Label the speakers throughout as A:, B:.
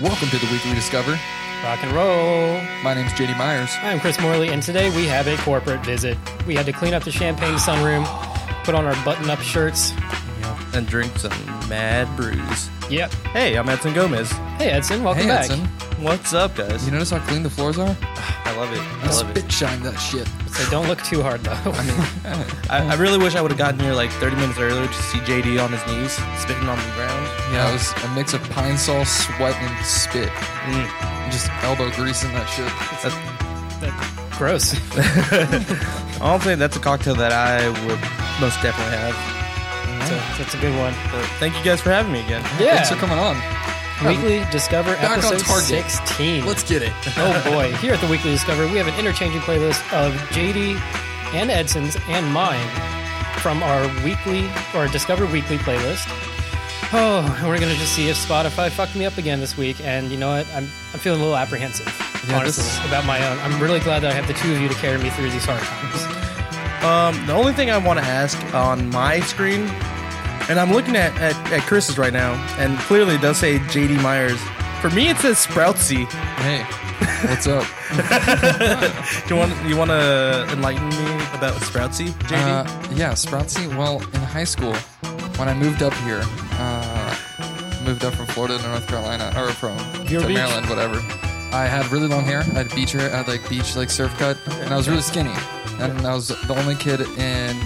A: Welcome to the Weekly Discover.
B: Rock and roll.
A: My name's JD Myers.
B: I'm Chris Morley, and today we have a corporate visit. We had to clean up the champagne sunroom, put on our button up shirts.
C: and drink some mad brews.
B: Yep.
C: Hey, I'm Edson Gomez.
B: Hey, Edson, welcome
A: hey,
B: back.
A: Edson.
C: What's up, guys?
A: You notice how clean the floors are?
C: I love it. I
A: I
C: love it.
A: spit shine that shit.
B: So don't look too hard, though.
C: I, I really wish I would have gotten here like 30 minutes earlier to see JD on his knees, spitting on the ground.
A: Yeah, it was a mix of pine saw, sweat, and spit.
C: Mm,
A: Just elbow grease and that shit.
C: that's-
B: Gross.
C: I don't think that's a cocktail that I would most definitely have.
B: That's a- that's a good one.
C: But thank you guys for having me again.
B: Yeah.
A: Thanks for coming on.
B: Weekly Discover
A: Back on
B: episode
A: target.
B: 16.
A: Let's get it.
B: oh boy. Here at the Weekly Discover, we have an interchanging playlist of JD and Edson's and mine from our weekly or Discover Weekly playlist. Oh, and we're gonna just see if Spotify fucked me up again this week. And you know what? I'm I'm feeling a little apprehensive,
A: Yeah, this
B: honestly,
A: is-
B: about my own. I'm really glad that I have the two of you to carry me through these hard times.
C: Um, the only thing I want to ask on my screen, and I'm looking at, at, at Chris's right now, and clearly it does say JD Myers. For me, it says Sproutsy.
A: Hey, what's up?
C: Do you want you want to enlighten me about Sproutsy, JD?
A: Uh, yeah, Sproutsy. Well, in high school, when I moved up here, uh, moved up from Florida to North Carolina, or from
B: Your
A: to
B: beach.
A: Maryland, whatever. I had really long hair. I had beach hair. I had like beach like surf cut, and I was really skinny. And I was the only kid in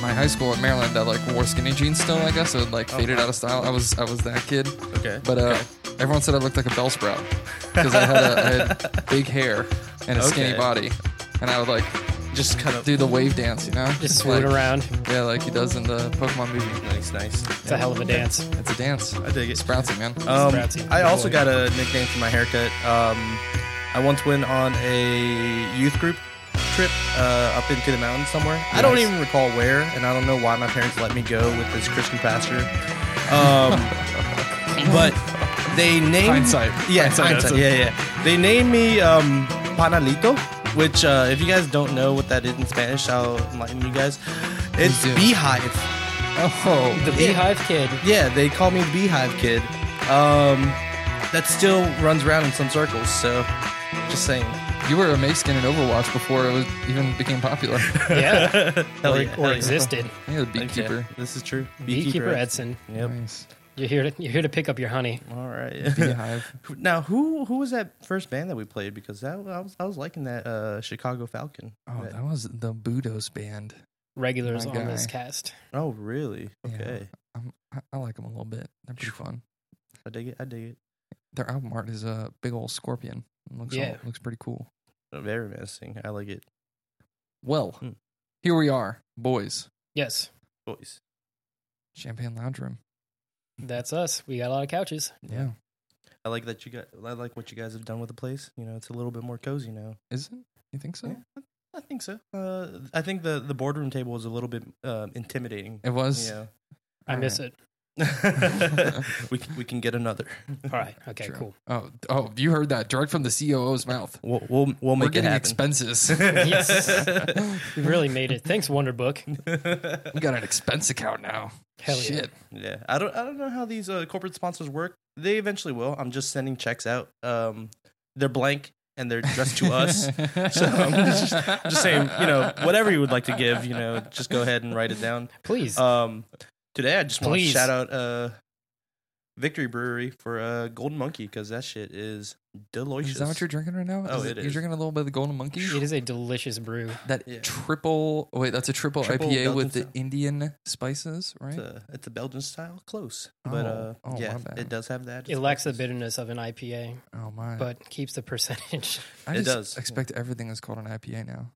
A: my high school in Maryland that like wore skinny jeans still. I guess so it like faded out of style. I was I was that kid.
C: Oh. Okay,
A: But uh,
C: okay.
A: everyone said I looked like a bell sprout because I had a I had big hair and a skinny
C: Okay.
A: body, and I would like
C: just kind of
A: do the wave dance, you know?
B: Just
A: like,
B: swoot around.
A: Yeah, like he does in the Pokemon movie.
C: nice, nice.
B: It's a hell of a dance.
A: It's a dance.
C: I dig it.
A: Sproutsy, man.
C: Um,
B: Sproutsy.
C: I
B: Good
C: also
B: boy.
C: got a nickname for my haircut. Um, I once went on a youth group trip uh, up into the mountains somewhere. I don't
A: Nice.
C: even recall where, and I don't know why my parents let me go with this Christian pastor. Um, but they named
A: Hindsight.
C: Yeah,
A: Hindsight,
C: hindsight.
A: hindsight.
C: Yeah, yeah. They named me um, Panalito, which uh, if you guys don't know what that is in Spanish, I'll enlighten you guys. It's
A: do.
C: beehive.
A: oh,
B: The Beehive Kid.
C: Yeah, they call me Beehive Kid. Um, that still runs around in some circles. So, just saying.
A: you were a Mexican in Overwatch before it was even became popular.
B: Yeah.
C: Hell
B: or, or
C: yeah, hell yeah.
B: existed.
A: Yeah, the
C: Okay,
A: beekeeper.
C: This is true.
B: Beekeeper Edson.
C: Yep.
A: Nice.
B: You're here to you're here to pick up your honey.
C: All right.
A: Beehive.
C: now, who who was that first band that we played? Because that I was I was liking that uh, Chicago Falcon.
A: Oh,
C: That-
A: that was the Budos band.
B: Regulars
A: My
B: on this
A: guy.
B: cast.
C: oh, really?
A: Yeah.
C: Okay.
A: I'm, Um, I, I like them a little bit. They're pretty fun.
C: I dig it. I dig it.
A: Their album art is a big old scorpion. It looks
B: Yeah.
A: all, looks pretty cool.
C: Oh, Very menacing. I like it.
A: Well,
C: Hmm.
A: here we are, boys.
B: Yes,
C: Voice.
A: Champagne Lounge Room.
B: that's us. We got a lot of couches.
A: Yeah.
C: I like that you got. I like what you guys have done with the place. You know, it's a little bit more cozy now.
A: Is it? You think so?
C: Yeah. I think so. Uh, I think the the boardroom table was a little bit um, intimidating.
A: It was.
C: Yeah.
B: I
A: All
B: miss it.
C: we can, we can get another.
B: All right. Okay.
A: True.
B: Cool.
A: Oh, oh, you heard that direct from the COO's mouth.
C: We'll we'll, we'll
A: We're
C: make it
A: getting
C: happen.
A: expenses.
B: Yes. We really made it. Thanks, Wonderbook.
A: we got an expense account now.
B: Hell yeah.
A: Shit.
C: yeah, I don't I don't know how these uh, corporate sponsors work. They eventually will. I'm just sending checks out. Um, they're blank and they're addressed to us. So I'm just, I'm just saying, you know, whatever you would like to give, you know, just go ahead and write it down.
B: Please.
A: Uh,
C: Um, today I just want to
B: Please.
C: shout out uh, Victory Brewery for uh, Golden Monkey because that shit is delicious.
A: Is that what you're drinking right now?
C: Oh,
A: is
C: it
A: You're
C: is.
A: drinking a little bit of the Golden Monkey.
B: it is a delicious brew.
A: That
C: Yeah.
A: triple. Wait, that's a triple,
C: Triple
A: IPA with
C: Belgian
A: the
C: style.
A: Indian spices, right?
C: It's a, it's a Belgian style, close, but
A: Oh,
C: uh,
A: oh,
C: yeah,
A: my bad.
C: it does have that.
B: It lacks the bitterness of an IPA,
A: oh my!
B: but keeps the percentage.
A: I
C: It
A: just
C: does.
A: expect everything is called an IPA now.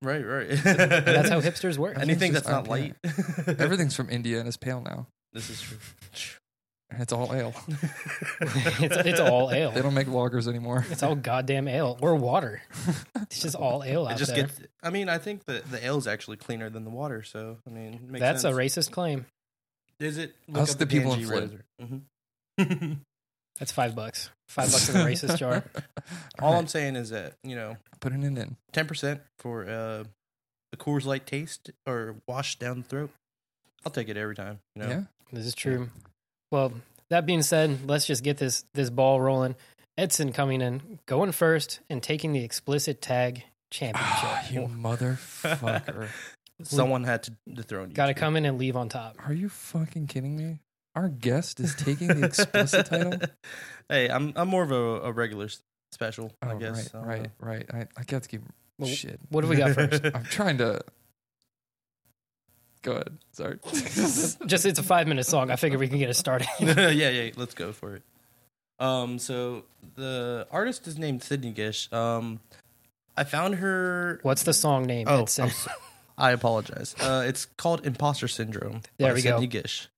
C: Right, right.
B: That's how hipsters work.
A: And-
C: Anything
A: Everything's
C: that's not
A: just
C: light.
A: Everything's from India and is pale now.
C: This is true.
A: And It's all ale.
B: it's, it's all
A: They
B: ale.
A: don't make lagers anymore.
B: It's all goddamn ale or water. It's just all ale
C: It
B: out
C: just
B: there.
C: gets. I mean, I think the the ale is actually cleaner than the water. So I mean, it makes
B: That's
C: sense.
B: a racist claim.
C: Is it?
A: Ask the people in Flint.
C: hmm
B: That's five bucks. Five bucks in a racist jar.
C: All
A: All
C: I'm saying is that you know,
A: putting it in.
C: ten percent for uh, a Coors Light taste or wash down the throat. I'll take it every time. You know?
A: Yeah.
B: This is true. Well, that being said, let's just get this this ball rolling. Edson coming in, going first, and taking the explicit tag
A: Ah, you
B: championship.
A: motherfucker.
C: Someone had to dethrone you.
B: Got to
C: two.
B: come in and leave on top.
A: Are you fucking kidding me? Our guest is taking the explicit title?
C: Hey, I'm I'm more of a, a regular s- special, I
A: Oh,
C: guess. uh, I
A: Right,
C: don't
A: right, right. I, I got to keep
B: Well,
A: shit.
B: What do
C: know.
B: we got first?
A: I'm trying to. Go ahead. Sorry.
B: Just it's a five minute song. I figure we can get it started.
C: yeah, yeah, let's go for it. Um, so the artist is named Sydney Gish. Um, I found her.
B: What's the song name?
C: Oh,
B: Edson?
C: I'm so- I apologize. Uh, it's called Imposter Syndrome.
B: There
C: by
B: we go.
C: Sydney Gish.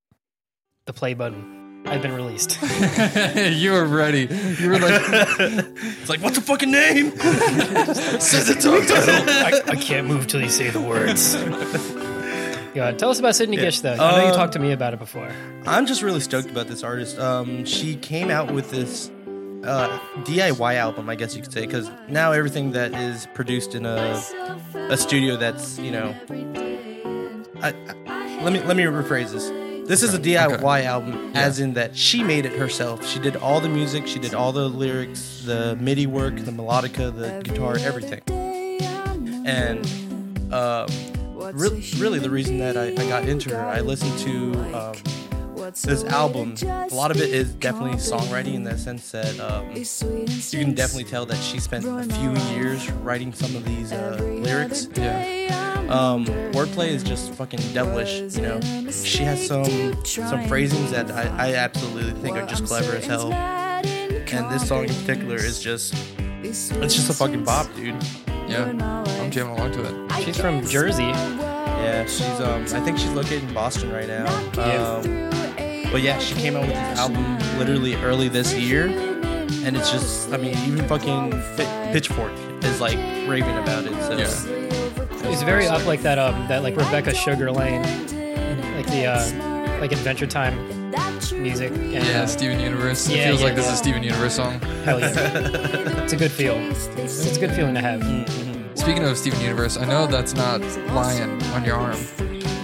B: the play button. I've been released.
A: you were ready. You were like,
C: it's like, what's the fucking name?
A: says it to
B: I, I can't move till you say the words. Go ahead. Tell us about Sydney Gish, though. I know you
C: Um,
B: talked to me about it before.
C: I'm just really stoked about this artist. Um, she came out with this uh, DIY album, I guess you could say, because now everything that is produced in a
D: a studio that's you know
C: I, I, let me let me rephrase this. This is a DIY album, as in that she made it herself. She did all the music, she did all the lyrics, the MIDI work, the melodica, the guitar, everything. And um, re- really, the reason that I, I got into her, I listened to um, this album. A lot of it is definitely songwriting in the sense that um, you can definitely tell that she spent a few years writing some of these uh, lyrics. Um, wordplay is just fucking devilish, you know. She has some some phrasings that I, I absolutely think are just clever as hell. And this song in particular is just it's just a fucking bop, dude.
A: Yeah, I'm jamming along to it.
B: She's from Jersey.
C: Yeah, she's um I think she's located in Boston right now. Um, but yeah, she came out with this album literally early this year, and it's just I mean even fucking Fit- Pitchfork is like raving about it. So
A: Yeah.
B: It's very up like that, um, that like Rebecca Sugar Lane, like the uh, like Adventure Time music. And, uh,
A: Yeah, Steven Universe. It
B: Yeah,
A: feels
B: yeah,
A: like this is
B: yeah.
A: a Steven Universe song.
B: hell yeah. it's a good feel. It's a good feeling to have.
C: Mm-hmm.
A: Speaking of Steven Universe, I know that's not lion on your arm,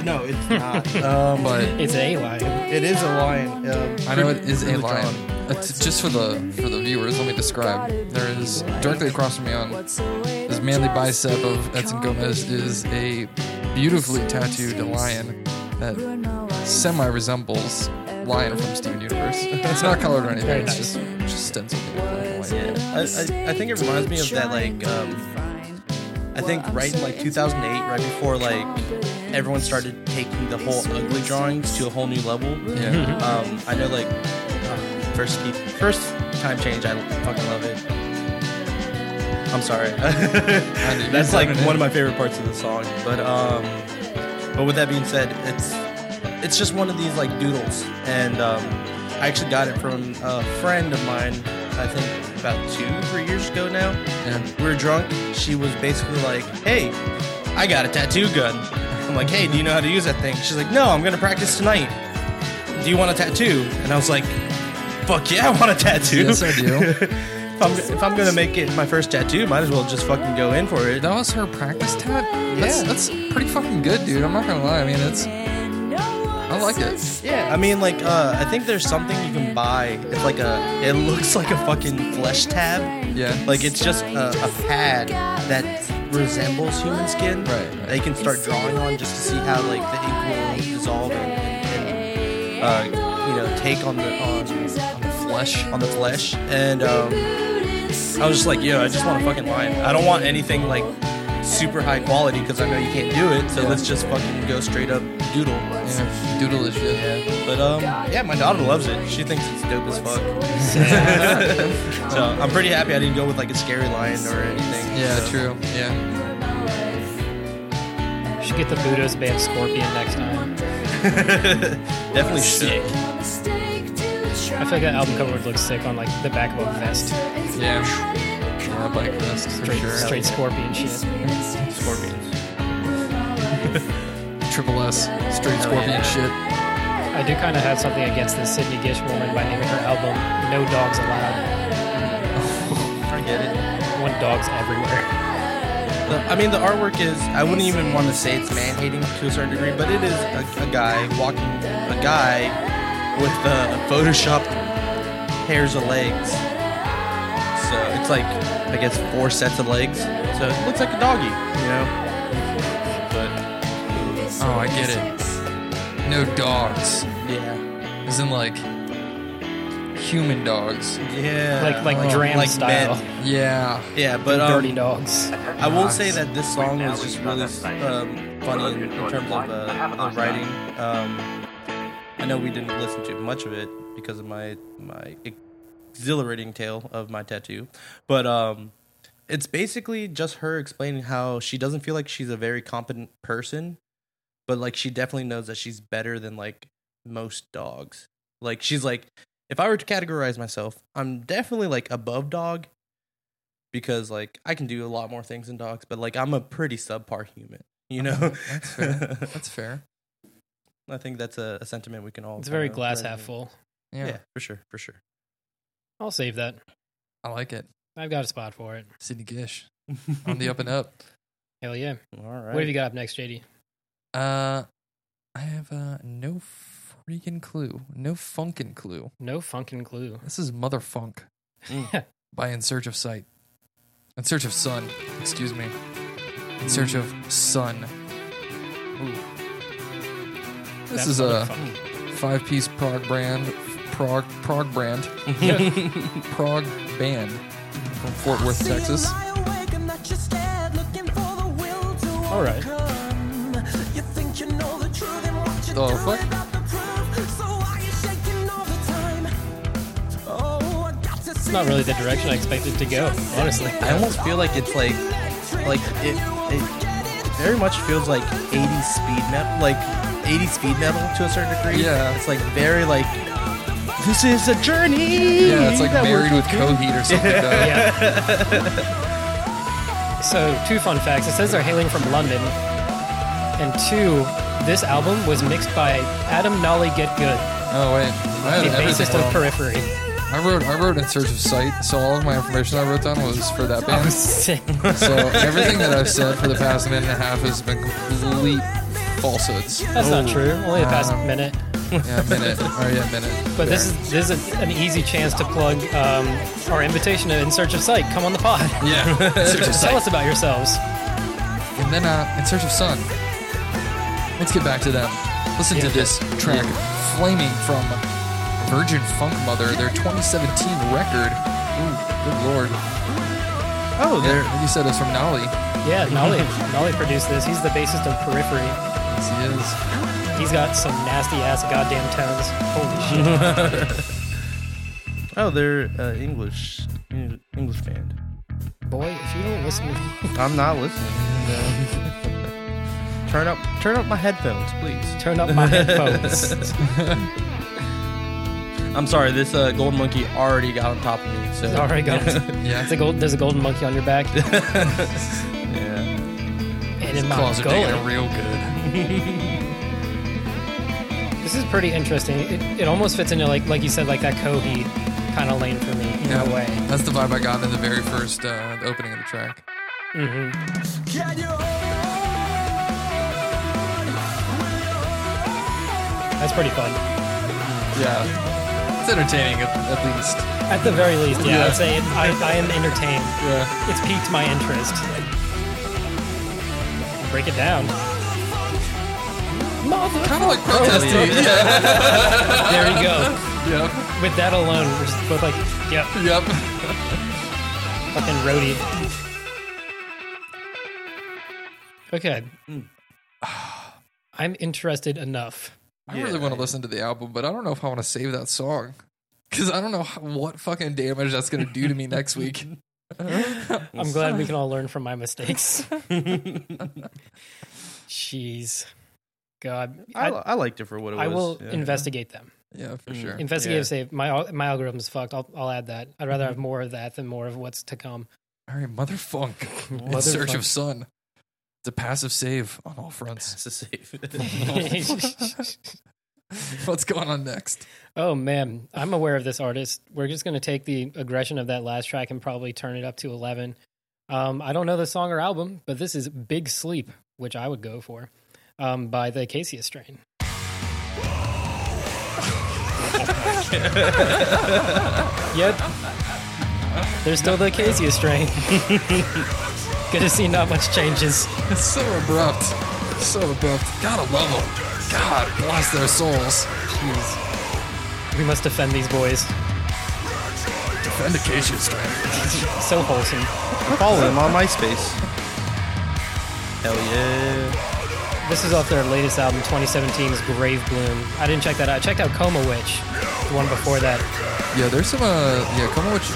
C: no, it's not. um,
A: but
B: It's a lion.
C: it is a lion. Um,
A: I know it is a
C: really
A: lion.
C: drawn.
A: It's just for the for the viewers, let me describe. There is directly across from me on this manly bicep of Edson Gomez is a beautifully tattooed lion that semi resembles lion from Steven Universe. It's not colored or anything. It's just just stenciled. in black and white.
C: Yeah, I, I, I think it reminds me of that like um, I think right in like 2008, right before like everyone started taking the whole ugly drawings to a whole new level.
A: Yeah.
C: Um, I know like um, first key, first time change, I fucking love it. I'm sorry,
A: do.
C: that's like one of my favorite parts of the song. But um, but with that being said, it's it's just one of these like doodles, and um, I actually got it from a friend of mine. I think about two, three years ago now
A: Yeah.
C: we were drunk. She was basically like, "Hey, I got a tattoo gun." I'm like, "Hey, do you know how to use that thing?" She's like, "No, I'm gonna practice tonight. Do you want a tattoo?" And I was like, "Fuck yeah, I want a tattoo.
A: Yes, I do.
C: if, I'm, if I'm gonna make it my first tattoo, might as well just fucking go in for it."
A: That was her practice tat. That's,
C: Yeah.
A: that's pretty fucking good, dude. I'm not gonna lie. I mean, it's I like it.
C: Yeah, I mean, like, uh, I think there's something you can buy. It's like a, it looks like a fucking flesh tab.
A: Yeah.
C: Like it's just a, a pad that resembles human skin.
A: Right, right.
C: They can start drawing on just to see how like the ink will dissolve and, and, and uh, you know take on the on, on the flesh on the flesh. And um, I was just like, yo, I just want a fucking line. I don't want anything like super high quality because I know you can't do it. So let's just fucking go straight up doodle.
A: yeah, doodle is shit.
C: But um, yeah, my daughter loves it. She thinks it's dope as fuck. so I'm pretty happy I didn't go with like a scary lion or anything.
A: Yeah,
C: So-
A: true. Yeah.
B: Should get the Buddha's band Scorpion next time.
C: Definitely sick.
B: I feel like that album cover would look sick on like the back of a vest.
A: Yeah. Yeah, bike vest for
B: Straight,
A: sure.
B: straight Scorpion shit.
C: Scorpions.
A: Triple S, straight scorpion shit.
B: I do kind of have something against this Sydney Gish woman by naming her album No Dogs Allowed.
C: I get it.
B: One dog's everywhere.
C: The, I mean, the artwork is, I wouldn't even want to say it's man hating to a certain degree, but it is a, a guy walking, a guy with uh, Photoshop pairs of legs. So it's like I guess four sets of legs. So it looks like a doggy, you know. But
A: Oh, I get it. No dogs.
C: yeah,
A: As in, like, human dogs.
C: yeah,
B: Like- like Dram style.
C: men.
A: Yeah.
C: Yeah, but um,
B: Dirty dogs.
C: I will say that this song was just really um, funny in, in terms of uh, the writing. Um, I know we didn't listen to much of it because of my my exhilarating tale of my tattoo, but um, it's basically just her explaining how she doesn't feel like she's a very competent person, but like she definitely knows that she's better than like most dogs. Like she's like, if I were to categorize myself, I'm definitely like above dog, because like I can do a lot more things than dogs, but like I'm a pretty subpar human. You know,
A: That's fair. That's fair.
C: I think that's a, a sentiment we can all.
B: It's very
C: kinda
B: glass
C: resonate.
B: half full.
A: Yeah.
C: yeah, for sure, for sure.
B: I'll save that.
A: I like it.
B: I've got a spot for it.
A: Sydney Gish on the up and up.
B: Hell yeah.
C: All right.
B: What have you got up next, JD?
A: Uh, I have uh, no freaking clue. No funkin' clue.
B: No funkin' clue.
A: This is Motherfunk by In Search of Sight. In Search of Sun, excuse me. In Search of Sun. Ooh. This
B: That's
A: is uh, a
B: motherfucking-
A: five piece prog brand, prog, prog brand, prog band from Fort Worth, Texas.
B: All right.
A: Oh, fuck.
E: Oh,
F: It's
B: not really the direction I expected to go, honestly.
F: I almost feel like it's like, like it, it very much feels like
C: 80s speed metal, like 80s speed metal to a certain degree.
A: Yeah.
C: it's like very like this is a journey.
A: Yeah, it's like
C: that we're-
A: married with Coheed or something. though.
B: yeah. So, two fun facts. It says they're hailing from London. And two, this album was mixed by Adam Nolly Get Good,
A: Oh wait, I had
B: the
A: everything
B: bassist of
A: wrong.
B: Periphery.
A: I wrote I wrote in search of sight, so all of my information I wrote down was for that
B: Oh,
A: band.
B: sick.
A: So everything that I've said for the past minute and a half has been complete falsehoods.
B: That's not true. Only the past
A: Um,
B: minute.
A: Yeah, minute. Oh yeah, minute.
B: But this is this is an easy chance to plug um, our invitation to In Search of Sight. Come on the pod.
A: yeah. In search of
B: Tell
A: sight,
B: us about yourselves.
A: and then uh, in search of sun. Let's get back to them. Listen to this track, flaming from Virgin Funk Mother, their 2017 record. Ooh, good lord.
C: Oh, there.
A: Yeah, you said it's from Nolly.
B: Yeah, Nolly, Nolly produced this. He's the bassist of Periphery.
A: Yes, he is.
B: He's got some nasty ass goddamn tones. Holy shit.
C: Oh, they're uh, English English band.
B: Boy, if you don't listen to
C: I'm not listening. turn up, turn up my headphones, please.
B: turn up my headphones.
C: I'm sorry, this uh, gold monkey already got on top of me. So
B: All right, guys.
A: Yeah.
B: It's a gold, there's a golden monkey on your back
C: yeah.
B: and in my
A: Claws are digging it
B: gullet.
A: real good.
B: This is pretty interesting. It, it almost fits into, like like you said, like that Kohi kind of lane for me in a way.
A: That's the vibe I got in the very first uh, opening of the track.
B: Mm-hmm. That's pretty fun.
C: yeah,
A: It's entertaining at, at least.
B: At the very least, yeah,
A: Yeah.
B: I'd say it, I, I am entertained.
A: Yeah.
B: It's piqued my interest. Break it down.
A: Kind of like protesting. Yeah.
B: There you go.
A: Yep.
B: With that alone, we're just both like, yep,
A: Yep.
B: fucking roadie. Okay. I'm interested enough.
A: I really want to listen to the album, but I don't know if I want to save that song because I don't know how, what fucking damage that's gonna do to me next week.
B: I'm glad we can all learn from my mistakes. Jeez. God.
C: I,
B: I,
C: I liked it for what it
B: I
C: was.
B: will
C: yeah.
B: investigate them.
A: Yeah, for sure.
B: Investigate
C: Yeah. Mm-hmm.
B: save. My, al- my algorithm's fucked. I'll, I'll add that. I'd rather have more of that than more of what's to come.
A: All right, motherfunk. In search of sun. It's a passive save on all fronts.
C: It's a safe.
A: What's going on next?
B: Oh man, I'm aware of this artist. We're just going to take the aggression of that last track and probably turn it up to 11. Um, I don't know the song or album, but this is Big Sleep, which I would go for, um, by the Acacia Strain. Yep. They're still the Acacia strain. Good to see not much changes.
A: It's so abrupt. So abrupt. Gotta love them. God bless their souls. Jeez.
B: We must defend these boys.
A: Defend Acacia Strain.
B: So wholesome.
C: Follow them on MySpace. Hell yeah.
B: This is off their latest album, 2017's Grave Bloom. I didn't check that out. I checked out Coma Witch, the one before that.
A: Yeah, there's some, uh, yeah, come on, which.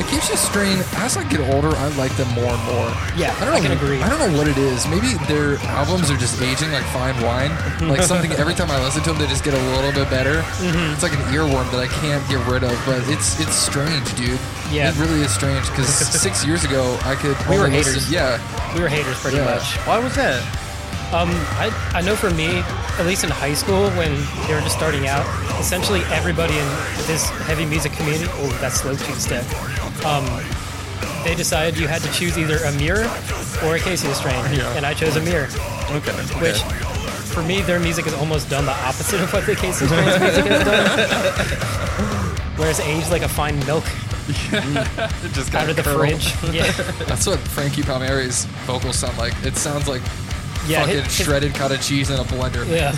A: Acacia Strain, as I get older, I like them more and more.
B: Yeah,
A: I, don't
B: I can
A: know,
B: agree.
A: I don't know what it is. Maybe their albums are just aging like fine wine. Like something, every time I listen to them, they just get a little bit better.
B: Mm-hmm.
A: It's like an earworm that I can't get rid of, but it's it's strange, dude.
B: Yeah.
A: It really is strange because six years ago, I could.
B: We were
A: only listen-
B: haters.
A: Yeah.
B: We were haters pretty
A: Yeah.
B: much.
C: Why was that?
B: Um, I, I know for me, at least in high school when they were just starting out, essentially everybody in this heavy music community, oh, that's slow cheese step, um, they decided you had to choose either a mirror or a Casey strain.
A: Yeah.
B: And I chose a mirror,
C: Okay.
B: which for me, their music has almost done the opposite of what the Casey strain's music has done. Whereas aged like a fine milk
A: It just
B: out of the
A: curled.
B: fridge. Yeah.
A: That's what Frankie Palmieri's vocals sound like. It sounds like
B: Yeah.
A: fucking
B: his- his-
A: shredded cottage cheese in a blender.
B: Yeah.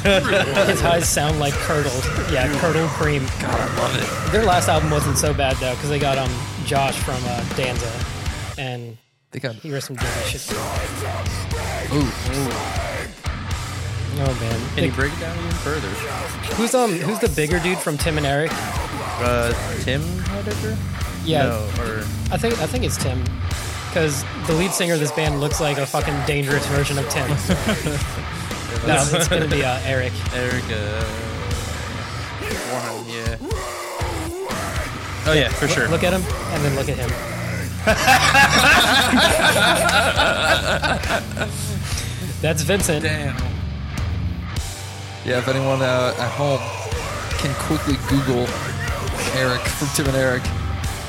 B: His highs sound like curdled. Yeah, curdled cream. God, I love it. Their last album wasn't so bad though, because they got um Josh from uh, Danza, and
A: They got
B: he wrote some different shit.
A: ooh.
B: Oh man,
C: Can you break it down even further?
B: who's um who's the bigger dude from Tim and Eric?
C: Uh, Tim Heidecker?
B: Yeah,
C: No, or
B: I think I think it's Tim, because the lead singer of this band looks like a fucking dangerous version of Tim. no, it's gonna be uh, Eric.
C: Erica. Warren, yeah. Oh, yeah, for sure.
B: Look at him, and then look at him. That's Vincent.
A: Damn. Yeah, if anyone uh, at home can quickly Google Eric from Tim and Eric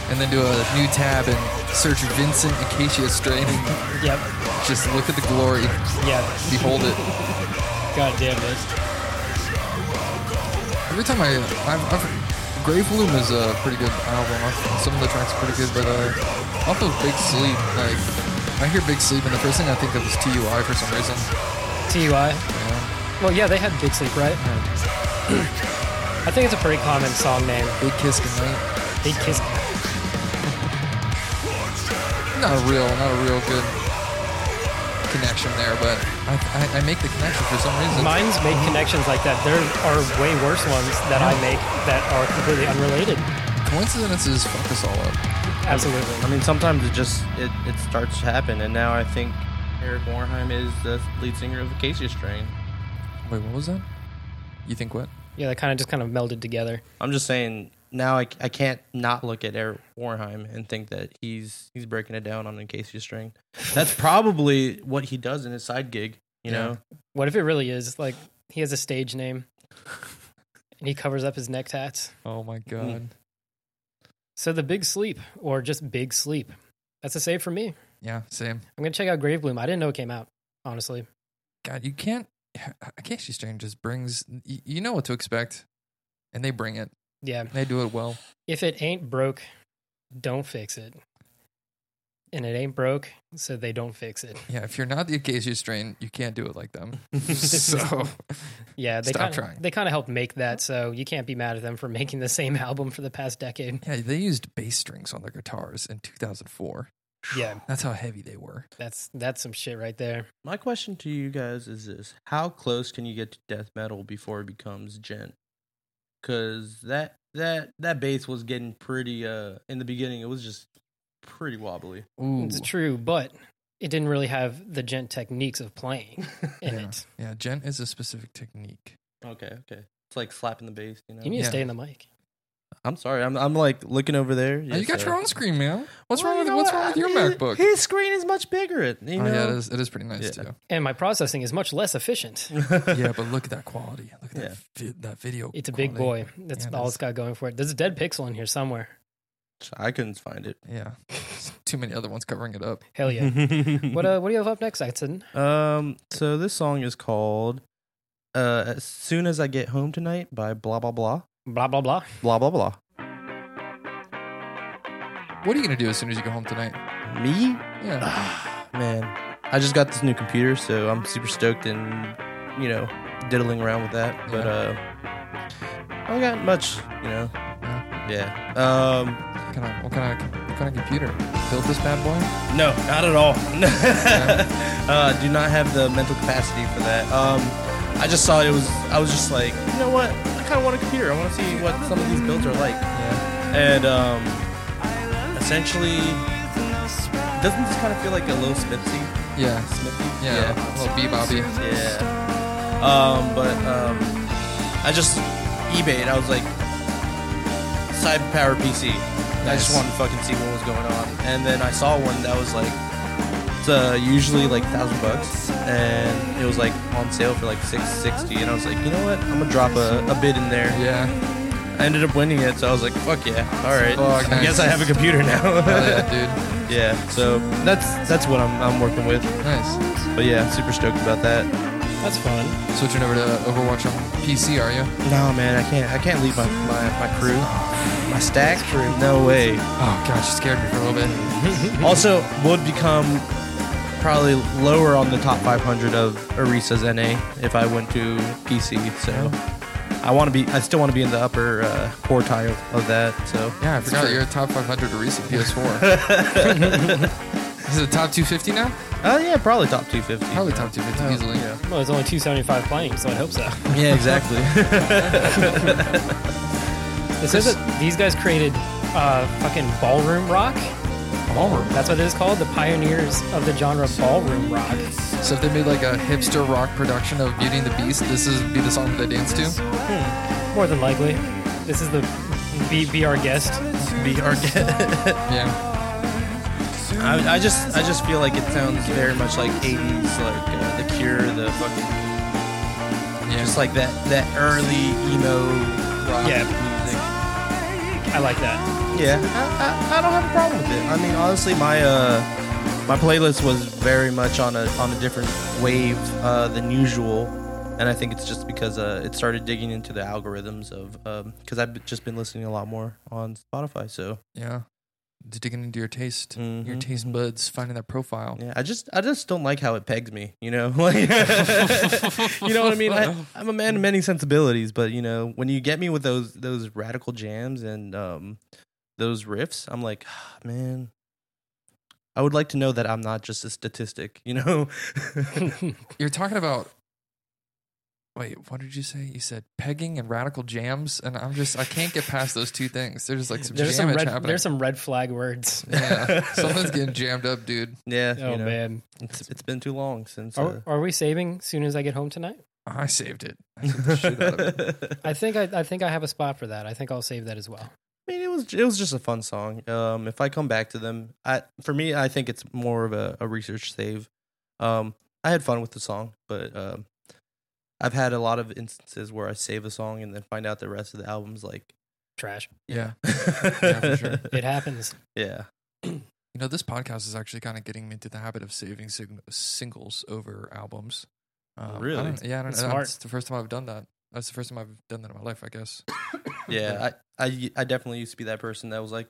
A: and then do a new tab and search Vincent Acacia Strain and
B: Yep.
A: just look at the glory,
B: Yeah.
A: behold it.
B: God damn it.
A: Every time I, I've, I've Grave Bloom is a pretty good album. I've, some of the tracks are pretty good, but uh, off of Big Sleep, like I hear Big Sleep and the first thing I think of is TUI for some reason.
B: TUI.
A: Yeah.
B: Well, yeah, they had Big Sleep, right? I think it's a pretty common song name.
A: Big Kiss Goodnight.
B: They kiss.
A: Not a real, not a real good connection there, but I, I, I make the connection for some reason.
B: Minds make connections like that. There are way worse ones that I make that are completely unrelated.
A: Coincidences fuck us all up.
C: I
B: Absolutely.
C: mean, sometimes it just it, it starts to happen, and now I think Eric Warheim is the lead singer of Acacia Strain.
A: Wait, what was that? You think what?
B: Yeah, they kind of just kind of melded together.
C: I'm just saying now I, I can't not look at Eric Warheim and think that he's he's breaking it down on Acacia Strain. That's probably what he does in his side gig. You know,
B: What if it really is? Like, he has a stage name and he covers up his neck tats.
A: Oh my
C: Mm.
A: god.
B: So, The Big Sleep, or just Big Sleep. That's a save for me.
A: Yeah, same.
B: I'm going to check out Grave Bloom. I didn't know it came out, honestly.
A: God, you can't. Acacia Strain just brings. You, you know what to expect, and they bring it.
B: Yeah.
A: They do it well.
B: if it ain't broke, don't fix it. And it ain't broke, so they don't fix it.
A: Yeah, if you're not the Acacia Strain, you can't do it like them. so
B: Yeah, they
A: Stop
B: kinda,
A: trying.
B: They kind of helped make that, so you can't be mad at them for making the same album for the past decade.
A: yeah, they used bass strings on their guitars in 2004.
B: Yeah,
A: That's how heavy they were.
B: that's that's some shit right there.
C: my question to you guys is this: How close can you get to death metal before it becomes gent? Because that that that bass was getting pretty uh in the beginning. It was just pretty wobbly.
A: Ooh.
B: It's true, but it didn't really have the gent techniques of playing in
A: Yeah.
B: it.
A: Yeah, gent is a specific technique.
C: Okay, okay. It's like slapping the bass, you know.
B: You need to
A: Yeah.
B: stay in the mic.
C: I'm sorry, I'm I'm like looking over there.
A: Oh, you got
C: so-
A: your own screen, man. What's
C: Well,
A: wrong
C: you
A: with
C: know
A: what's
C: what?
A: wrong with your
C: His-
A: MacBook?
C: His screen is much bigger. It you
A: Oh
C: know.
A: yeah, it is, it is pretty nice
C: Yeah.
A: too.
B: And my processing is much less efficient.
A: yeah, but look at that quality. Look at that vi- that video.
B: It's a big
A: quality.
B: boy. That's
A: Yeah, it
B: all
A: is.
B: it's got going for it. There's a dead pixel in here somewhere.
C: I couldn't find it.
A: Yeah, There's too many other ones covering it up.
B: Hell yeah. what uh, what do you have up next, Edson?
C: Um. So this song is called uh, "As Soon as I Get Home Tonight" by Blah Blah Blah.
B: Blah blah blah.
C: Blah blah blah.
A: What are you gonna do as soon as you go home tonight?
C: Me?
A: Yeah.
C: Man, I just got this new computer, so I'm super stoked and you know diddling around with that. But
A: Yeah.
C: uh, I don't got much, you know. Yeah. Um,
A: What kind of what kind of what kind of computer built this bad boy?
C: no, not at all. uh, do not have the mental capacity for that. Um, I just saw it was. I was just like, you know what? I kind of want a computer. I want to see what some of these builds are like. And um, essentially, doesn't this kind of feel like a little Smithy?
A: Yeah.
C: Smithy?
A: Yeah. yeah. Little B Bobby.
C: Yeah. Um, but um, I just eBayed. I was like, side power PC. I just
A: Nice.
C: wanted to fucking see what was going on, and then I saw one that was like, it's uh, usually like thousand bucks, and it was like on sale for like six sixty, and I was like, you know what? I'm gonna drop a, a bid in there.
A: Yeah.
C: I ended up winning it, so I was like, fuck yeah, all right.
A: Fuck,
C: I guess
A: nice.
C: I have a computer
A: Hell
C: now.
A: yeah,
C: yeah. So that's that's what I'm I'm working with.
A: dude. Nice.
C: But yeah, super stoked about that.
B: That's fun.
A: Switching over to Overwatch on PC, are you?
C: No man, I can't. I can't leave my my, my crew, my stack crew. No way.
A: Oh gosh, you scared me for a little bit.
C: Also, would become probably lower on the top 500 of Arisa's NA if I went to PC. So I want to be. I still want to be in the upper uh, quartile of that. So
A: Yeah, I forgot
C: Sure.
A: you're a top 500 to recent PS4. Is it top 250 now?
C: Oh yeah, probably top 250.
A: Probably top 250 easily.
C: Yeah.
B: Well, it's only 275 playing, so I hope so.
C: Yeah, exactly.
B: It says that these guys created uh, fucking ballroom rock.
A: Ballroom.
B: That's what it is called. The pioneers of the genre ballroom rock.
A: So if they made like a hipster rock production of Beauty and the Beast, this is be the song that they dance to.
B: More than likely, this is the be, be our guest.
C: be our guest.
A: Yeah.
C: I, I just I just feel like it sounds very much like 80s, like uh, The Cure, the fucking
A: Yeah.
C: just like that that early emo rock
B: Yeah.
C: music.
B: I like that.
C: Yeah, I, I, I don't have a problem with it. I mean, honestly, my uh, my playlist was very much on a on a different wave uh, than usual, and I think it's just because uh, it started digging into the algorithms of because I've just been listening a lot more on Spotify. So
A: yeah. Just Digging into your taste, your
C: Mhm.
A: taste buds, finding that profile.
C: yeah, I just I just don't like how it pegs me. You know, like you know what I mean. I, I'm a man of many sensibilities, but you know when you get me with those those radical jams and um, those riffs, I'm like, "Ah, man. I would like to know that I'm not just a statistic. You know,
A: You're talking about. Wait, what did you say? You said pegging and radical jams, and I'm just I can't get past those two things. There's like some
B: There's some
A: jammage
B: red.
A: happening.
B: There's some red flag words.
A: yeah, something's getting jammed up, dude.
C: yeah.
B: Oh
C: you know,
B: man,
C: it's, it's been too long since. Uh,
B: are, are we saving? Soon as I get home tonight,
A: I saved it. I saved the shit out of it.
B: I think I, I think I have a spot for that. I think I'll save that as well.
C: I mean, it was it was just a fun song. Um, if I come back to them, I for me, I think it's more of a, a research save. Um, I had fun with the song, but um, I've had a lot of instances where I save a song and then find out the rest of the album's like,
B: Trash.
A: Yeah.
C: yeah,
A: for sure.
B: It happens.
C: yeah,
A: You know, this podcast is actually kind of getting me into the habit of saving sing- singles over albums. Um, I
C: Really?
A: don't- yeah, I don't
B: That's
A: know.
B: smart.
A: It's the first time I've done that. That's the first time I've done that in my life, I guess.
C: yeah. I, I I definitely used to be that person that was like,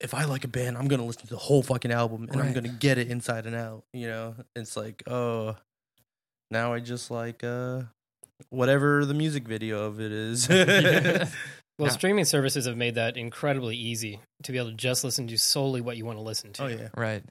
C: if I like a band, I'm gonna listen to the whole fucking album and I'm
A: Right.
C: gonna get it inside and out. You know, it's like, oh, now I just like uh, whatever the music video of it is.
B: Well,
A: Yeah.
B: streaming services have made that incredibly easy to be able to just listen to solely what you want to listen to.
C: Oh yeah.
A: Right.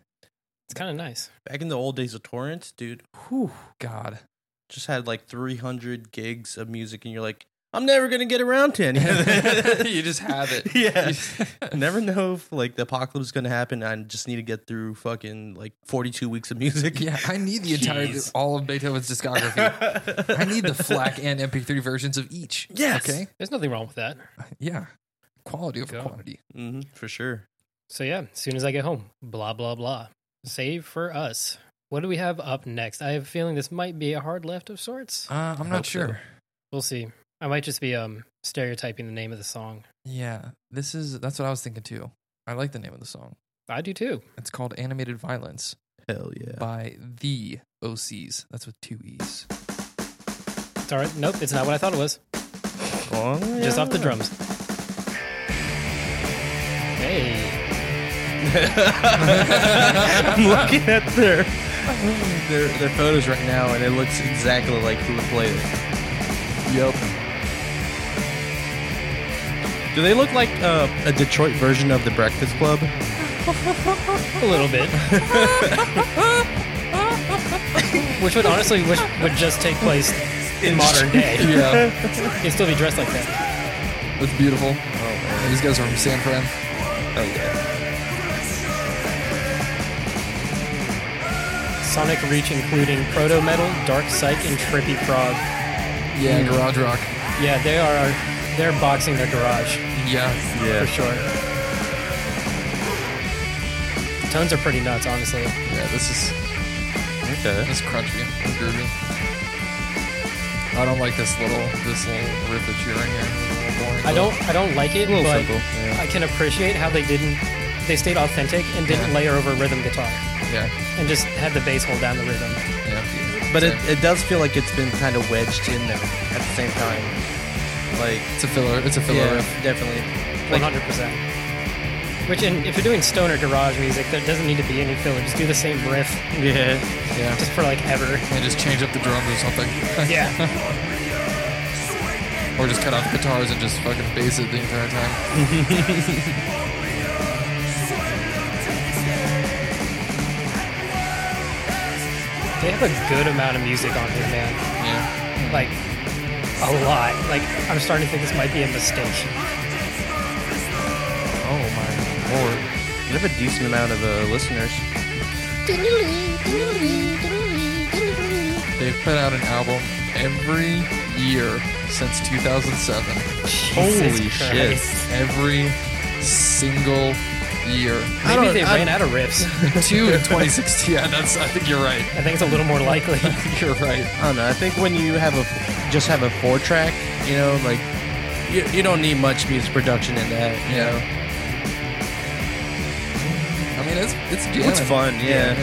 B: It's kind of nice.
C: Back in the old days of torrents, dude,
A: Whew. God.
C: just had like 300 gigs of music, and you're like, I'm never gonna get around to any of it.
A: you just have it.
C: yeah.
A: You-
C: Never know if like the apocalypse is gonna happen. I just need to get through fucking like 42 weeks of music.
A: yeah, I need the entire,
B: Jeez.
A: all of Beethoven's discography. I
C: I
A: need the FLAC and MP3 versions of each.
C: Yes.
A: Okay.
B: There's nothing wrong with that.
A: Yeah. Quality over
B: Go.
A: quantity.
C: hmm for sure.
B: So yeah, as soon as I get home, blah blah blah. Save for us. What do we have up next? I have a feeling this might be a hard left of sorts.
A: Uh, I'm not
C: hope so.
A: sure.
B: We'll see. I might just be um stereotyping the name of the song.
A: Yeah. This is, that's what I was thinking too. I like the name of the song.
B: I do too.
A: It's called Animated Violence.
C: Hell yeah.
A: by the OCs. That's with two E's.
B: It's all right. Nope, it's not what I thought it was.
C: Oh,
B: just
C: yeah.
B: off the drums. Hey,
C: I'm looking at their, their their photos right now, and it looks exactly like who would play this. Yep. Do they look like uh, a Detroit version of the Breakfast Club?
B: a little bit. which would honestly, which would just take place in modern day.
A: Yeah,
B: You'd still be dressed like that.
A: that's beautiful. These guys are from San Fran.
C: Oh yeah.
B: Sonic reach including proto metal, dark psych, and trippy prog.
A: Yeah, garage rock.
B: Yeah, they are. They're boxing their garage
A: Yeah,
B: for
C: Yeah.
B: sure. The tones are pretty nuts, honestly.
A: yeah. This is
C: Okay.
A: It's crunchy. It's groovy. I don't like this little this little riff that you're in here.
B: I don't. I don't like it,
A: A little
B: but
A: simple, yeah.
B: I can appreciate how they didn't. They stayed authentic and didn't
A: Yeah.
B: layer over rhythm guitar
A: Yeah,
B: and just had the bass hold down the rhythm.
A: yeah.
C: But it,
A: Same.
C: it does feel like it's been kind of wedged in there at the same time. Like
A: it's a filler. It's a filler
C: yeah,
A: riff.
C: definitely.
B: One
C: Like
B: hundred percent. Which, in, if you're doing stoner garage music, there doesn't need to be any filler. Just do the same riff
C: yeah.
A: Yeah,
B: just for like ever.
A: and just change up the drums or something,
B: Yeah.
A: or just cut off the guitars and just fucking bass it the entire time.
B: they have a good amount of music on here, man.
A: Yeah,
B: Like a lot. Like I'm starting to think this might be a mistake.
C: Or oh you have a decent amount of uh, listeners.
A: they've put out an album every year since 2007.
B: Jesus
C: Holy
B: Christ.
C: shit.
A: Every single year.
B: Maybe they
C: I-
B: ran out of riffs.
A: Two in 2016. Yeah, that's. I think you're right.
B: I think it's a little more likely.
A: You're right.
C: I don't know. I think when you have a just have a four track, you know, like you, you don't need much music production in that. You
A: Yeah.
C: know?
A: I mean, it's it's jamming.
C: It's fun, yeah.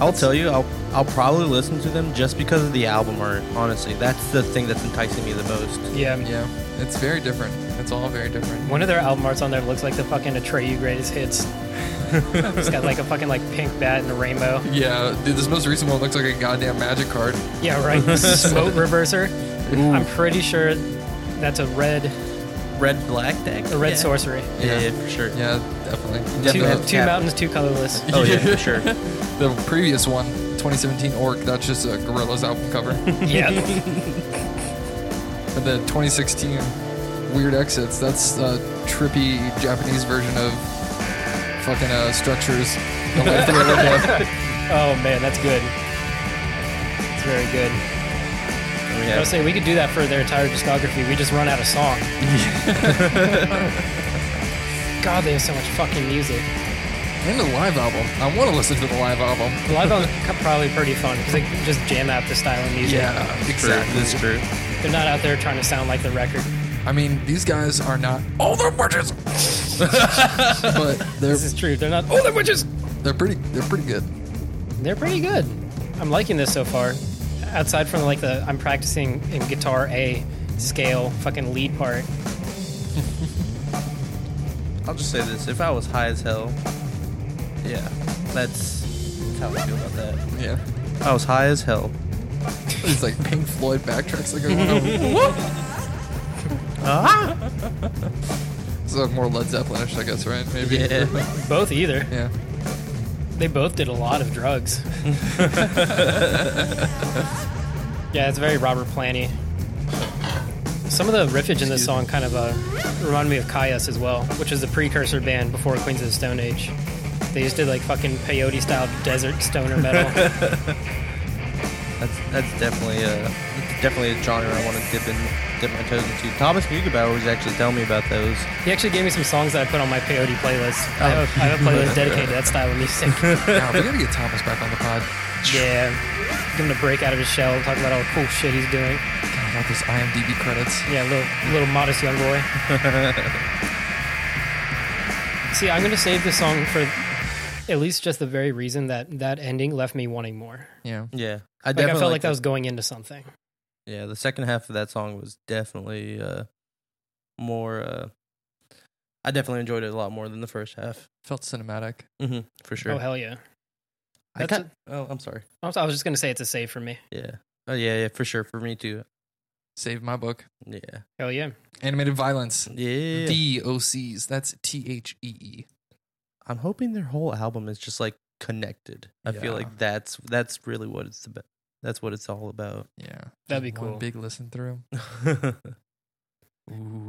C: I'll tell you, I'll I'll probably listen to them just because of the album art. Honestly, that's the thing that's enticing me the most.
B: Yeah.
A: Yeah, it's very different. It's all very different.
B: One of their album arts on there looks like the fucking Atreyu Greatest Hits. it's got like a fucking like pink bat and a rainbow.
A: Yeah, dude, this most recent one looks like a goddamn magic card.
B: Yeah, right. Smote Reverser. I'm pretty sure that's a red
C: Red Black Deck,
B: a red
C: yeah.
B: sorcery.
C: Yeah,
A: Yeah.
C: yeah, for sure.
A: Yeah, definitely.
B: Two,
C: Definitely.
A: The,
B: two mountains, two colorless.
C: Oh yeah, for sure.
A: the previous one, 2017 Orc, that's just a Gorillaz album cover.
B: Yeah.
A: but the 2016 Weird Exits, that's a trippy Japanese version of fucking uh, structures. The Life They Live Above.
B: Oh man, that's good. It's very good. I
C: Yeah.
B: was saying we could do that for their entire discography. We just run out of song. God, they have so much fucking music.
A: and the live album. I want to listen to the live album.
B: The live album's probably pretty fun because they just jam out the style of music.
C: True. That's true.
B: They're not out there trying to sound like the record.
A: I mean, these guys are not all the witches, but they're
B: This is true. They're not.
A: Oh, the witches. They're pretty. They're pretty good.
B: They're pretty good. I'm liking this so far. Outside from like the, I'm practicing in guitar A scale, fucking lead part.
C: I'll just say this: if I was high as hell, yeah, that's, that's how I feel about that.
A: Yeah,
C: If I was high as hell.
A: it's like Pink Floyd backtracks that go. on. It's like more Led Zeppelinish, I guess, right? Maybe.
C: Yeah.
B: Both either.
A: Yeah.
B: They both did a lot of drugs. yeah, it's very Robert Planty. Some of the riffage in this song kind of uh, remind me of Caius as well, which is the precursor band before Queens of the Stone Age. They just did like fucking peyote style desert stoner metal.
C: That's that's definitely a that's definitely a genre I want to dip in, dip my toes into. Thomas Mugebauer was actually telling me about those.
B: he actually gave me some songs that I put on my peyote playlist. I,
C: Oh.
B: have a, I have a playlist dedicated to that style of music.
A: Wow, we gotta get Thomas back on the pod.
B: yeah, give him a break out of his shell, talk about all the cool shit he's doing.
A: God, about those IMDb credits.
B: Yeah, little little modest young boy. See, I'm gonna save this song for at least just the very reason that that ending left me wanting more.
A: Yeah.
C: Yeah, I
B: Like I
C: definitely
B: felt like that
C: the-
B: was going into something. Oh,
C: Yeah, the second half of that song was definitely uh, more. Uh, I definitely enjoyed it a lot more than the first half,
A: Felt cinematic.
C: mm-hmm, for sure.
B: Oh hell yeah!
C: I
B: that's
C: kin- oh, I'm sorry.
B: I was I was just gonna say it's a save for me.
C: Yeah. Oh yeah, yeah, for sure. For me too.
A: Save my book.
C: Yeah.
B: Hell yeah!
A: Animated violence.
C: Yeah.
A: DOCs. That's T H E E.
C: I'm hoping their whole album is just like connected. I
A: Yeah.
C: feel like that's that's really what it's about. That's what it's all about.
A: Yeah.
B: That'd be
A: Just one
B: cool.
A: Big listen through.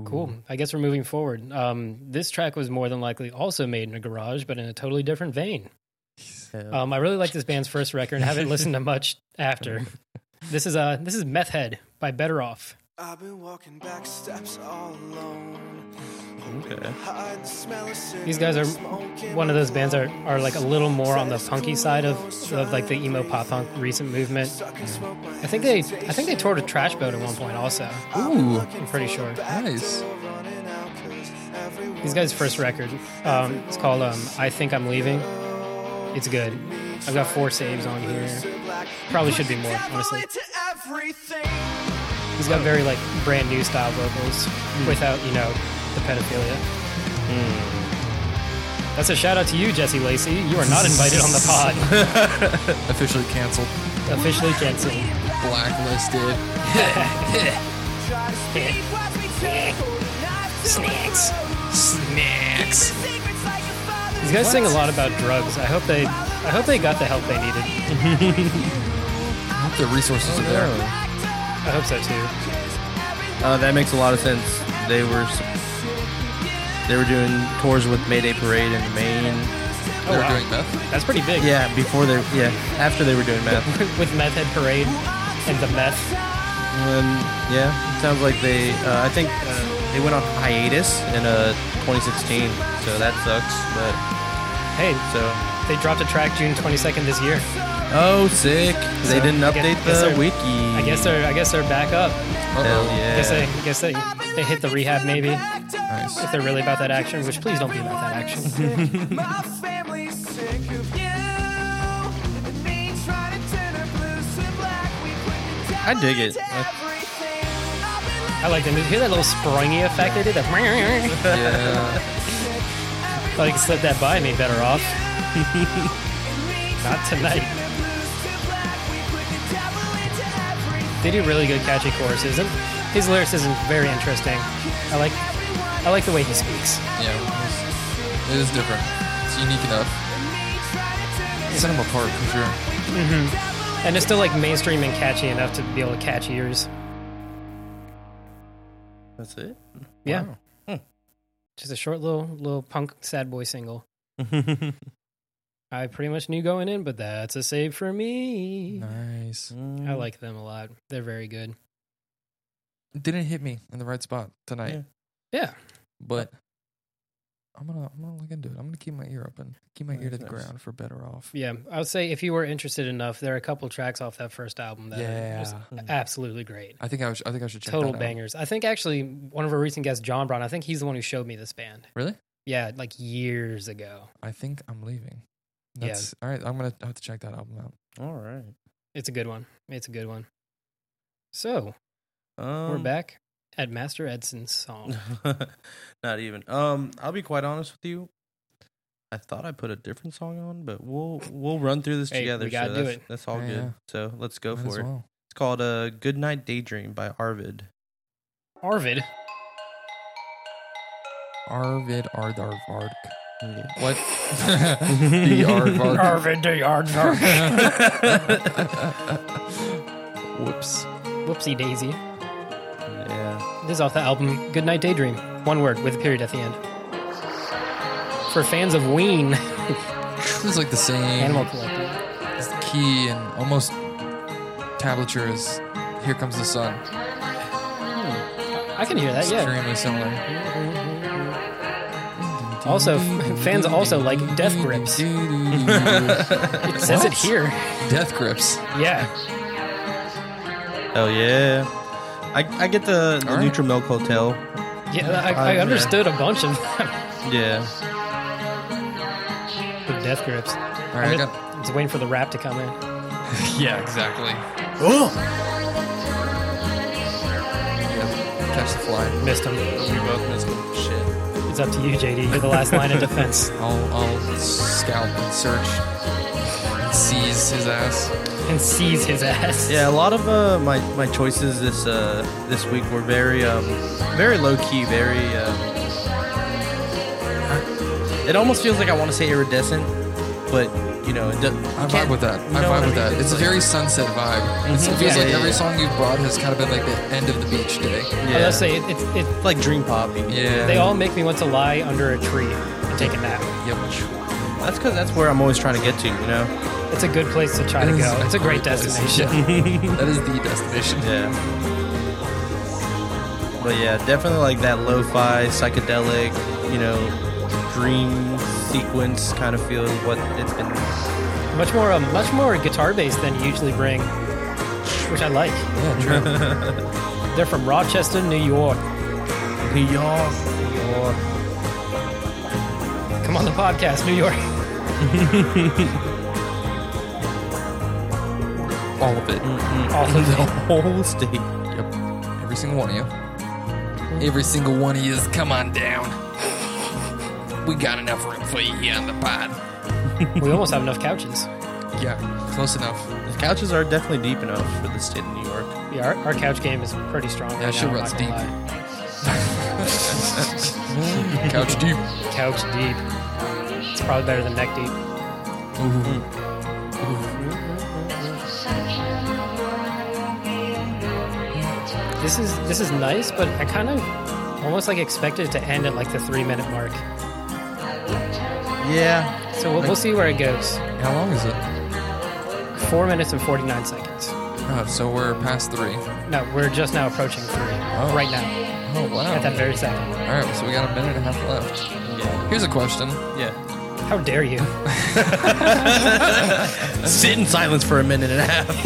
B: Cool. I guess we're moving forward. Um, this track was more than likely also made in a garage, but in a totally different vein.
C: Yeah.
B: Um, I really like this band's first record and haven't listened to much after. This is uh this is Meth Head by Better Off.
E: I've been walking back steps all alone.
C: okay.
E: Hide the smell of
B: These guys are
E: cigarettes,
B: one of those bands are,
E: smoking
B: are like a little more on the punky side of, of like the emo pop punk recent movement. I think they I think they toured a trash boat at one point also.
A: Ooh.
B: I'm pretty sure.
A: Nice.
B: These guys' first record. Um, it's called um, I Think I'm Leaving. It's good. I've got four saves on here. Probably should be more, honestly. He's got very like brand new style vocals without, you know, the pedophilia. That's a shout out to you, Jesse Lacey. You are not invited on the pod.
A: Officially canceled.
B: Officially canceled.
A: Blacklisted.
F: Snacks.
A: Snacks.
B: These guys sing a lot about drugs. I hope they I hope they got the help they needed.
A: I hope the resources are there.
B: Oh, I hope so too.
C: Uh, that makes a lot of sense. They were s- they were doing tours with Mayday Parade in Maine.
A: They're
B: Oh, wow.
A: doing meth.
B: That's pretty big.
C: Yeah, before they yeah after they were doing meth.
B: With Meth Head Parade and the meth.
C: Um, yeah, it sounds like they. Uh, I think uh, they went on hiatus in uh 2016, so that sucks. But
B: Hey,
C: so
B: they dropped a track June 22nd this year.
C: oh sick, they
B: So,
C: didn't
B: I guess-
C: update
B: guess
C: the
B: they're-
C: wiki.
B: I guess they're I guess they're back up.
A: Uh-oh.
C: Hell yeah.
B: guess they guess they, they hit the rehab maybe if
A: Nice.
B: they're really about that action, which please don't be about that action.
E: My family's sick of you. And me trying to turn her blue to black. We put the
C: I dig it.
E: devil into everything.
B: I like them. Did you hear that little springy effect they did? That
A: Yeah.
B: like slip that by me better off. Not tonight. They do really good catchy choruses. And his lyricism is very interesting. I like I like the way he speaks.
A: Yeah. It is different. It's unique enough. Set them apart for sure.
B: And it's still like mainstream and catchy enough to be able to catch ears.
C: That's it.
B: Yeah.
C: Hmm.
B: Just a short little little punk sad boy single. I pretty much knew going in, but that's a save for me.
A: Nice.
B: I like them a lot. They're very good.
A: Didn't hit me in the right spot tonight,
C: Yeah.
B: Yeah.
A: but I'm gonna I'm gonna look into it. I'm gonna keep my ear open. Keep my ear to the
C: Nice.
A: ground for better off.
B: Yeah. I would say if you were interested enough, there are a couple tracks off that first album that are just
A: Yeah.
B: absolutely great.
A: I think I, was, I think I should check
B: Total
A: that out.
B: bangers. I think actually one of our recent guests, John Brown, I think he's the one who showed me this band.
A: Really?
B: Yeah, like years ago.
A: I think I'm leaving.
B: Yeah.
A: That's all right. I'm gonna have to check that album out.
C: All right.
B: It's a good one. It's a good one. So
C: Um,
B: we're back at Master Edson's song.
C: Not even. Um, I'll be quite honest with you. I thought I put a different song on, but we'll we'll run through this
B: Hey, we
C: together. so
B: gotta do
C: that's,
B: it.
C: that's all
A: Yeah,
C: good.
A: yeah.
C: So let's go
A: Might
C: for
A: as
C: it.
A: well.
C: It's called uh, "Goodnight Daydream" by Arvid.
B: Arvid.
A: Arvid Ardarvark.
C: Yeah.
A: What? the Arvark.
B: Arvid the Yardvark.
A: Whoops.
B: Whoopsie daisy.
C: yeah.
B: This is off the album Goodnight Daydream. One word with a period at the end. For fans of Ween,
A: This is like the same
B: Animal Collective.
A: key and almost tablature as Here Comes the Sun.
B: I can hear that, yeah.
A: Extremely similar.
B: Also, f- fans also like Death Grips. It says it here.
A: Death Grips.
B: Yeah.
C: Hell yeah. I, I get the, the
A: All right.
C: Nutri-Milk Hotel.
B: Yeah, I, I understood a bunch of
C: Yeah.
B: the death grips.
A: All right, I got.
B: I'm just waiting for the rap to come in.
A: Yeah, exactly.
C: Oh,
A: Yeah, catch the fly.
B: Missed him.
C: we both missed him. Shit.
B: It's up to you, JD. You're the last line of defense.
A: I'll, I'll scalp and search and seize his ass.
B: And seize his ass.
C: Yeah, a lot of uh, my my choices this uh this week were very um very low key, very. Um, it almost feels like I want to say iridescent, but you know it. do-
A: I vibe
C: can't-
A: with that.
C: you know
A: I
C: what
A: vibe with
C: mean?
A: that. It's a
C: like-
A: very sunset vibe. It's, it
B: Mhm.
A: feels
B: Yeah,
A: like
C: yeah,
A: every
C: yeah.
A: song you've brought has kind of been like the end of the beach day.
B: I
C: yeah.
B: must say, it, it, it,
C: like dream poppy.
A: Yeah.
B: they all make me want to lie under a tree and take a nap.
A: Yep.
C: That's because that's where I'm always trying to get to, you know?
B: It's a good place to try to
A: It is
B: go. It's a great
A: place.
B: destination.
A: Yeah. that is the destination.
C: Yeah. But yeah, definitely like that lo fi, psychedelic, you know, dream sequence kind of feel is what it's been.
B: Much more, um, much more guitar based than you usually bring, which I like.
A: Yeah, true.
B: They're from Rochester, New York.
C: New York, New York.
B: Come on the podcast, New York.
A: all of it.
B: All of
C: The
B: them.
C: whole state.
A: Yep. Every single one of you. Every single one of you is come on down. We got enough room for you here on the pod.
B: We almost have enough couches.
A: Yeah, close enough.
C: The couches are definitely deep enough for the state of New York.
B: Yeah, our, our couch game is pretty strong. right
A: shit
B: now, I'm
A: runs
B: not gonna
A: deep.
B: lie.
A: Couch deep.
B: Couch deep. It's probably better than neck deep. This is this is nice, but I kind of almost like expected it to end at like the three minute mark.
C: Yeah.
B: So we'll, we'll see where it goes.
A: How long is it?
B: Four minutes and forty nine seconds.
A: Oh, so we're past three.
B: No, we're just now approaching three.
A: Oh.
B: Right now,
A: Oh wow.
B: at that very second.
A: All right, so we got a minute and a half left.
C: Yeah.
A: Here's a question.
C: Yeah.
B: How dare you?
C: Sit in silence for a minute and a half.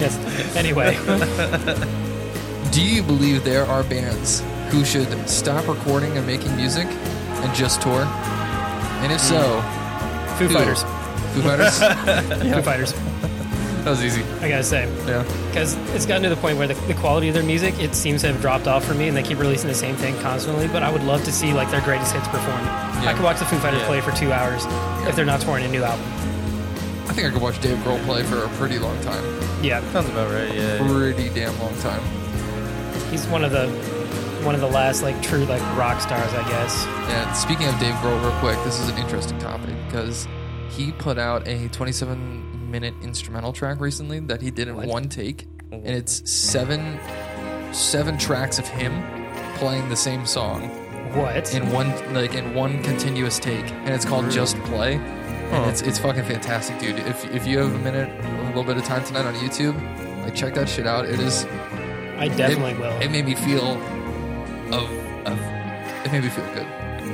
B: Yes. Anyway,
A: Do you believe there are bands who should stop recording and making music and just tour? And if so,
B: Mm. Foo
A: who?
B: Fighters.
A: Foo Fighters. that
B: Foo Fighters.
A: was easy.
B: I gotta say.
A: Yeah.
B: because it's gotten to the point where the, the quality of their music it seems to have dropped off for me and they keep releasing the same thing constantly but i would love to see like their greatest hits performed i could watch the foo fighters
C: Yeah.
B: play for two hours if they're not touring a new album
A: I think I could watch Dave Grohl play for a pretty long time.
B: yeah
C: Sounds about right, yeah.
A: Pretty damn long time.
B: he's one of the one of the last like true like rock stars i guess
A: And speaking of Dave Grohl, real quick, this is an interesting topic because he put out a 27 minute instrumental track recently that he did in one take, and it's seven seven tracks of him playing the same song
B: what
A: in one like in one continuous take, and it's called Just Play. And it's it's fucking fantastic, dude. If if you have a minute, a little bit of time tonight on YouTube, like check that shit out. It is
B: i definitely
A: it,
B: will
A: It made me feel of of it made me feel good.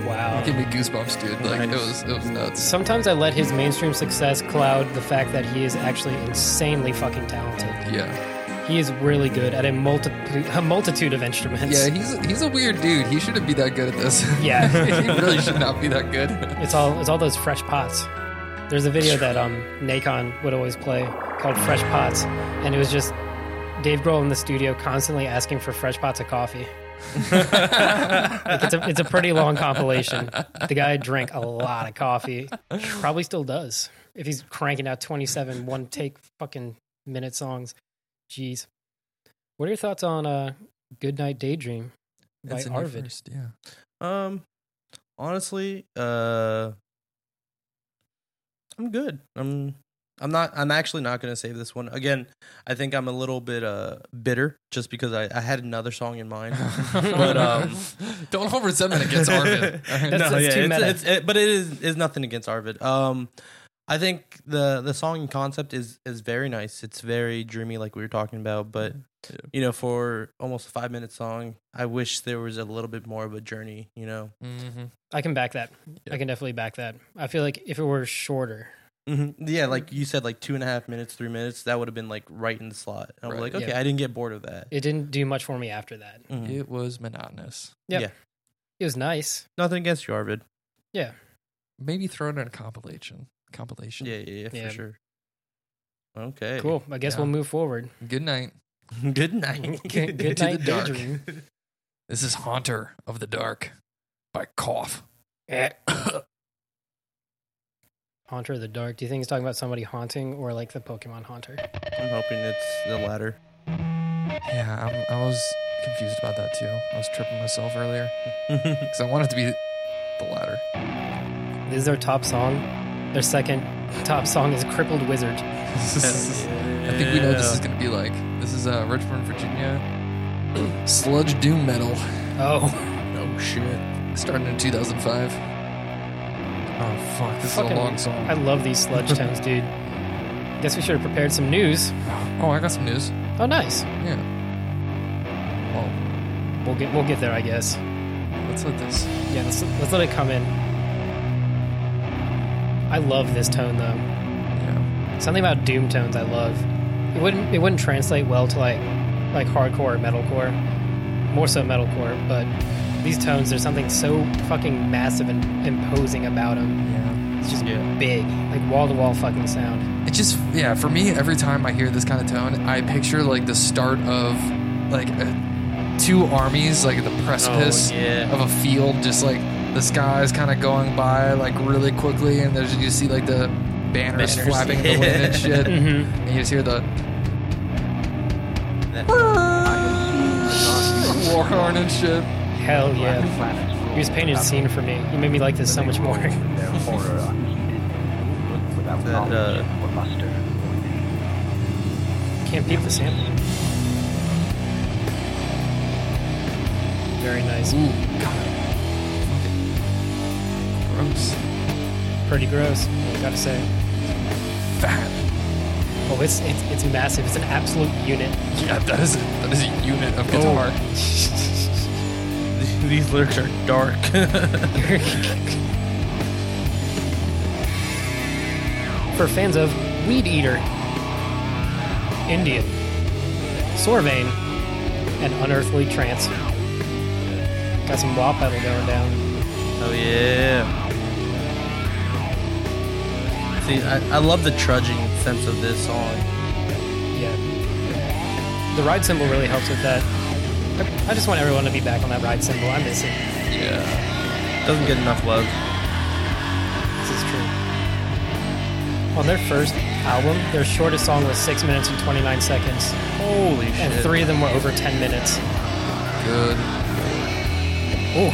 B: wow
A: Give me goosebumps, dude. Like it was, it was nuts.
B: sometimes i let his mainstream success cloud the fact that he is actually insanely fucking talented
A: Yeah,
B: he is really good at a, multi- a multitude of instruments
A: yeah. He's he's a weird dude. He shouldn't be that good at this.
B: yeah
A: he really should not be that good.
B: It's all it's all those fresh pots. There's a video that um Nacon would always play called Fresh Pots, and it was just Dave Grohl in the studio constantly asking for fresh pots of coffee. like it's a it's a pretty long compilation. The guy drank a lot of coffee. Probably still does if he's cranking out 27 one take fucking minute songs. Jeez. What are your thoughts on uh Goodnight Daydream by
A: That's a new
B: Arvid?
A: first, Yeah.
C: Um, honestly, uh, I'm good. I'm I'm not I'm actually not gonna save this one. Again, I think I'm a little bit uh bitter just because I, I had another song in mind. But, um,
A: don't hold resentment against Arvid.
B: That's-
C: no,
B: that's
C: yeah,
B: too
C: it's,
B: meta.
C: it's- it- but it is is nothing against Arvid. Um, I think the the song concept is is very nice. It's very dreamy, like we were talking about. But you know, for almost a five minute song, I wish there was a little bit more of a journey. You know,
A: Mhm.
B: I can back that.
A: Yeah.
B: I can definitely back that. I feel like if it were shorter,
C: hmm
B: Mm-hmm.
C: Yeah, like you said, like two and a half minutes, three minutes. That would have been like right in the slot. And I'm
A: Right.
C: like, okay,
B: Yeah.
C: I didn't get bored of that.
B: it didn't do much for me after that.
C: Mhm.
A: It was monotonous.
B: Yep.
C: Yeah,
B: It was nice.
C: nothing against you, Arvid.
B: Yeah.
A: maybe throw it in a compilation. Compilation.
C: Yeah, yeah, yeah, for
B: Yeah.
C: sure. Okay.
B: Cool. I guess
A: Yeah.
B: we'll move forward.
A: Good night.
C: Good night.
B: Good, good
A: Into the
B: night,
A: dark.
B: daydream.
A: This is Haunter of the Dark by Cough.
B: Eh. Haunter of the Dark. Do you think he's talking about somebody haunting or like the Pokemon Haunter?
C: I'm hoping it's the latter.
A: Yeah, I'm, I was confused about that too. I was tripping myself earlier because I wanted to be the latter.
B: This is their top song. Their second top song is Crippled Wizard.
A: I think we know what this is going to be like. This is uh, Richmond, Virginia. Sludge Doom Metal.
B: Oh,
A: Oh shit. Starting in 2005. Oh fuck, this
B: Fucking-
A: is a long song.
B: I love these sludge tones, dude. Guess we should have prepared some news.
A: oh, I got some news.
B: Oh, nice.
A: Yeah. Well,
B: We'll get we'll get there, I guess.
A: let's let this.
B: Yeah, let's, let's let it come in. I love this tone though.
A: Yeah.
B: Something about doom tones I love. It wouldn't it wouldn't translate well to like like hardcore or metalcore, more so metalcore. But these tones, there's something so fucking massive and imposing about them.
A: Yeah.
B: It's just
C: Yeah.
B: big, like wall to wall fucking sound.
A: It just yeah. For me, every time I hear this kind of tone, I picture like the start of like a, two armies like at the precipice
C: Oh, yeah.
A: of a field. Just like the sky's kind of going by like really quickly, and there's you see like the banners,
C: Banners,
A: flapping in the wind and shit,
B: Mm-hmm.
A: and you just hear the war horn and shit.
B: Hell yeah. You just painted a scene for me. You made me like this so much more.
C: That, uh,
B: Can't beat the sample. Very nice.
A: Ooh, God. Gross.
B: Pretty gross, I gotta say.
A: Fat.
B: Oh, it's, it's it's massive. It's an absolute unit.
A: Yeah, that is a, that is a unit of guitar.
C: Oh. These lyrics are dark.
B: For fans of Weed Eater, Indian, Sorvain, and Unearthly Trance. Got some wah pedal going down.
C: oh yeah. See, I, I love the trudging sense of this song.
B: Yeah. The ride cymbal really helps with that. I- I just want everyone to be back on that ride cymbal. I miss it.
C: Yeah. Doesn't get enough love.
B: This is true. On their first album, their shortest song was 6 minutes and 29 seconds,
A: Oh,
C: Holy shit.
B: and three of them were over 10 minutes.
A: Good.
B: Oh,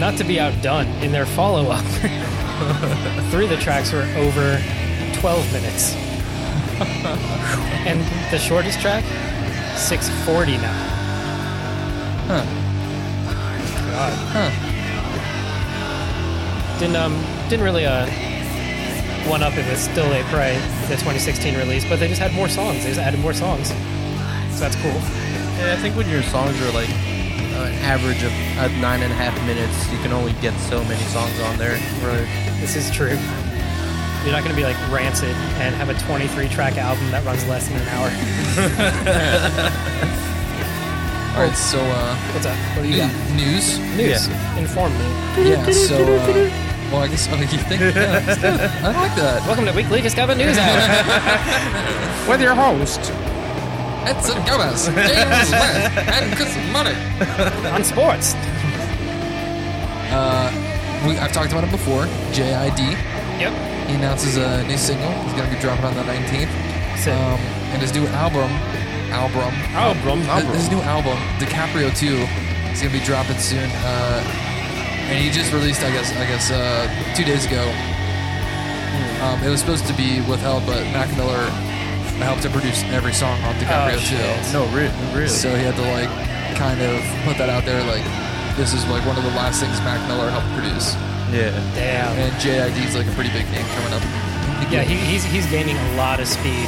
B: not to be outdone in their follow up. Three of the tracks were over 12 minutes. and the shortest track, 649.
A: Huh.
B: God. Didn't, um, didn't really uh, one up it with Still a Prey, the 2016 release, but they just had more songs. They just added more songs. So that's cool.
C: Yeah, I think when your songs are like an average of uh, nine and a half minutes, you can only get so many songs on there. Right.
B: This is true. You're not going to be like rancid and have a 23 track album that runs less than an hour.
A: All right, so uh,
B: What's up? What do you got?
A: news.
B: News. Inform me.
A: Yeah. So, uh, well, I guess oh, you think. Yeah, that's good. I like that.
B: Welcome to Weekly Discover News Hour. With your host
A: Edson Gomez, James West, and Chris Money.
B: on sports.
A: We, I've talked about it before. JID.
B: Yep.
A: He announces a new single. He's gonna be dropping on the 19th.
B: Sick.
A: Um, and his new album, album,
B: album.
A: Th- His new album, DiCaprio 2, is gonna be dropping soon. Uh, and he just released, I guess, I guess, uh, two days ago. Um, it was supposed to be withheld, but Mac Miller helped to produce every song on DiCaprio 2.
B: Oh, shit.
C: No, re- really.
A: So he had to like kind of put that out there, like this is like one of the last things Mac Miller helped produce.
C: yeah.
B: Damn.
A: And JID's like a pretty big name coming up.
B: Yeah, he, he's he's gaining a lot of speed.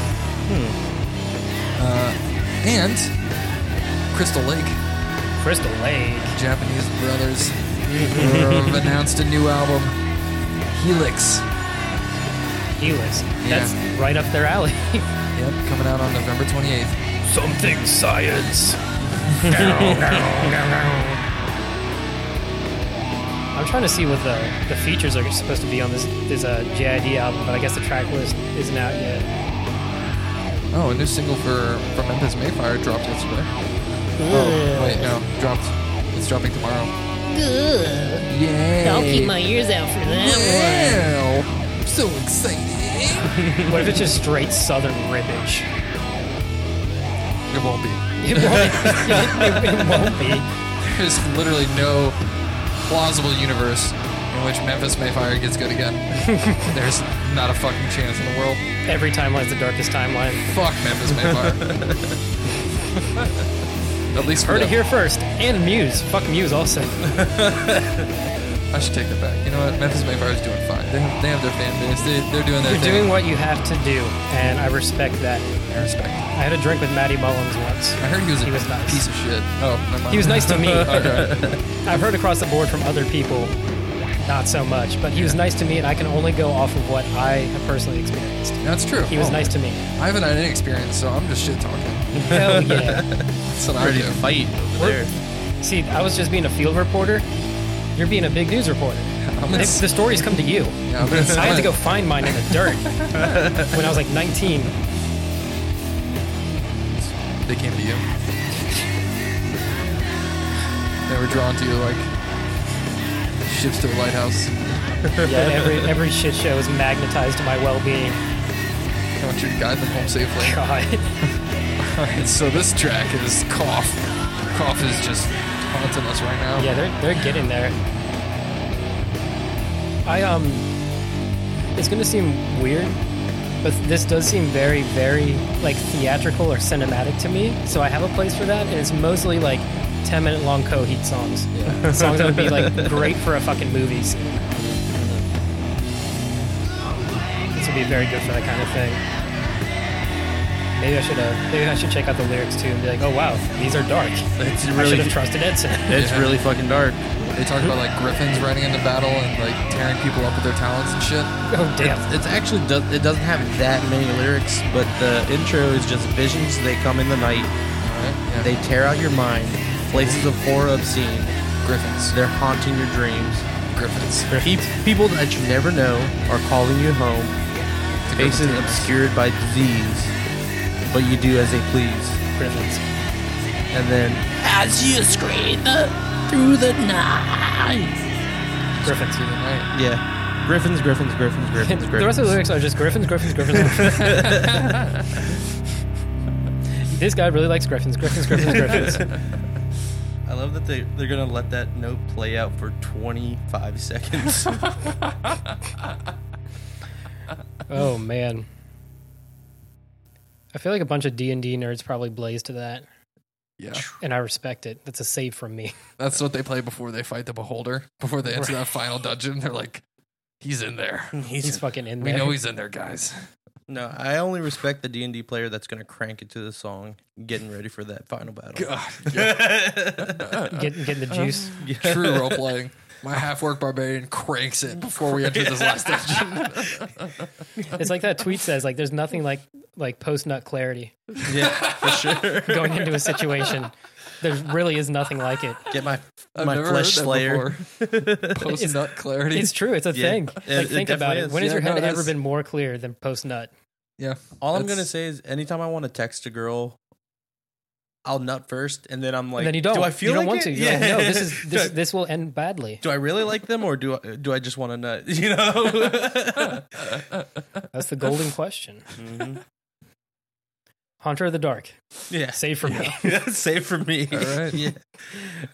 A: and Crystal Lake.
B: Crystal Lake.
A: Japanese brothers have announced a new album, Helix.
B: Helix.
A: Yeah.
B: That's right up their alley.
A: Yep, coming out on November 28th.
B: Something science. I'm trying to see what the, the features are supposed to be on this this uh, JID album, but I guess the track list isn't out yet.
A: Oh, a new single for from Memphis Mayfire dropped yesterday. Oh, wait, no, dropped. It's dropping tomorrow. Yeah.
G: I'll keep my ears out for that one.
A: Wow. I'm so excited.
B: What if it's just straight Southern ribbage?
A: It won't be.
B: It won't, it won't be.
A: There's literally no plausible universe in which Memphis Mayfire gets good again. There's not a fucking chance in the world.
B: Every timeline's the darkest timeline.
A: Fuck Memphis Mayfire. At least for
B: Heard it
A: them.
B: here first. And Muse. Fuck Muse also.
A: I should take that back. You know what? Memphis Mayfire is doing fine. They have, they have their fan base. They, they're doing their
B: You're
A: thing.
B: doing what you have to do, and I respect that.
A: I respect.
B: I had a drink with Matty Mullins once.
A: I heard he was a
B: He was nice.
A: piece of shit. Oh, never mind.
B: He was nice to me.
A: okay.
B: I've heard across the board from other people, not so much, but he was nice to me, and I can only go off of what I have personally experienced.
A: That's true.
B: He was
A: Oh,
B: nice to me.
A: I haven't had any experience, so I'm just shit talking.
B: Hell yeah.
A: That's what I
C: Ready
A: do.
C: to fight over
B: We're-
C: there.
B: See, I was just being a field reporter. You're being a big news reporter.
A: I'm gonna,
B: They- the stories come to you.
A: yeah, I'm gonna,
B: I had to go find mine in the dirt when I was like 19.
A: They came to you. They were drawn to you like ships to a lighthouse.
B: Yeah, every every shit show is magnetized to my well-being.
A: I want you to guide them home safely.
B: God.
A: Alright, so this track is Cough. Cough is just haunting us right now.
B: Yeah, they're they're getting there. I um, it's gonna seem weird, but this does seem very very like theatrical or cinematic to me. So I have a place for that, and it's mostly like ten minute long Coheed songs, songs that would be like great for a fucking movie scene. This would be very good for that kind of thing. Maybe I should uh, maybe I should check out the lyrics too and be like, oh wow, these are dark.
C: It's
B: I should
C: really,
B: have trusted Edson.
C: it's
A: Yeah.
C: really fucking dark.
A: They talk about like griffins riding into battle and like tearing people up with their talents and shit.
B: Oh damn!
C: It's,
E: It's actually do- it doesn't have that many lyrics, but the intro is just visions. They come in the night.
A: Alright? Yeah.
E: They tear out your mind. Places of horror obscene.
A: griffins.
E: They're haunting your dreams.
A: griffins.
E: Pe- people that you never know are calling you home.
A: The
E: Faces
A: griffins.
E: obscured by disease, but you do as they please.
B: Griffins.
E: And then as you scream the, through the night.
B: Griffins.
A: Right.
E: Yeah. Griffins, griffins, griffins, griffins, griffins.
B: The rest of the lyrics are just Griffins, Griffins, Griffins. this guy really likes Griffins, Griffins, Griffins, Griffins.
C: I love that they they're gonna let that note play out for 25 seconds.
B: Oh man. I feel like a bunch of D and D nerds probably blaze to that,
A: Yeah.
B: and I respect it. That's a save from me.
A: That's what they play before they fight the beholder. Before they enter that final dungeon, they're like, "He's in there.
B: He's fucking in
A: We
B: there.
A: know he's in there, guys."
C: no, I only respect the D and D player that's gonna crank it to the song, getting ready for that final battle.
A: God,
B: Get- getting
A: Uh,
B: the juice.
A: true role playing. My half work barbarian cranks it before we enter this last dungeon. uh,
B: It's like that tweet says. Like, there's nothing like like post nut clarity
C: Yeah, for sure.
B: going into a situation. There really is nothing like it.
C: Get my
A: I've
C: my
A: never
C: flesh
A: heard
C: slayer.
A: Post nut clarity.
B: It's true. It's a
C: Yeah.
B: thing.
C: It-
B: Like,
C: it
B: think about
C: definitely
B: it.
C: is.
B: When has
A: Yeah,
B: your
A: no,
B: head
A: it
B: ever
A: is.
B: been more clear than post nut?
A: yeah.
C: All I'm
A: That's-
C: gonna say is, anytime I want to text a girl, I'll nut first, and then I'm like,
B: and then you don't.
C: Do I feel
B: you don't
C: like
B: want
C: it?
B: to. You're like, no, this is this, this will end badly.
C: do I really like them, or do I, do I just want to nut? You know.
B: That's the golden question.
C: Mm-hmm.
B: Haunter of the Dark.
C: yeah.
B: Save for me.
C: That's safe for me.
A: All right.
C: Yeah.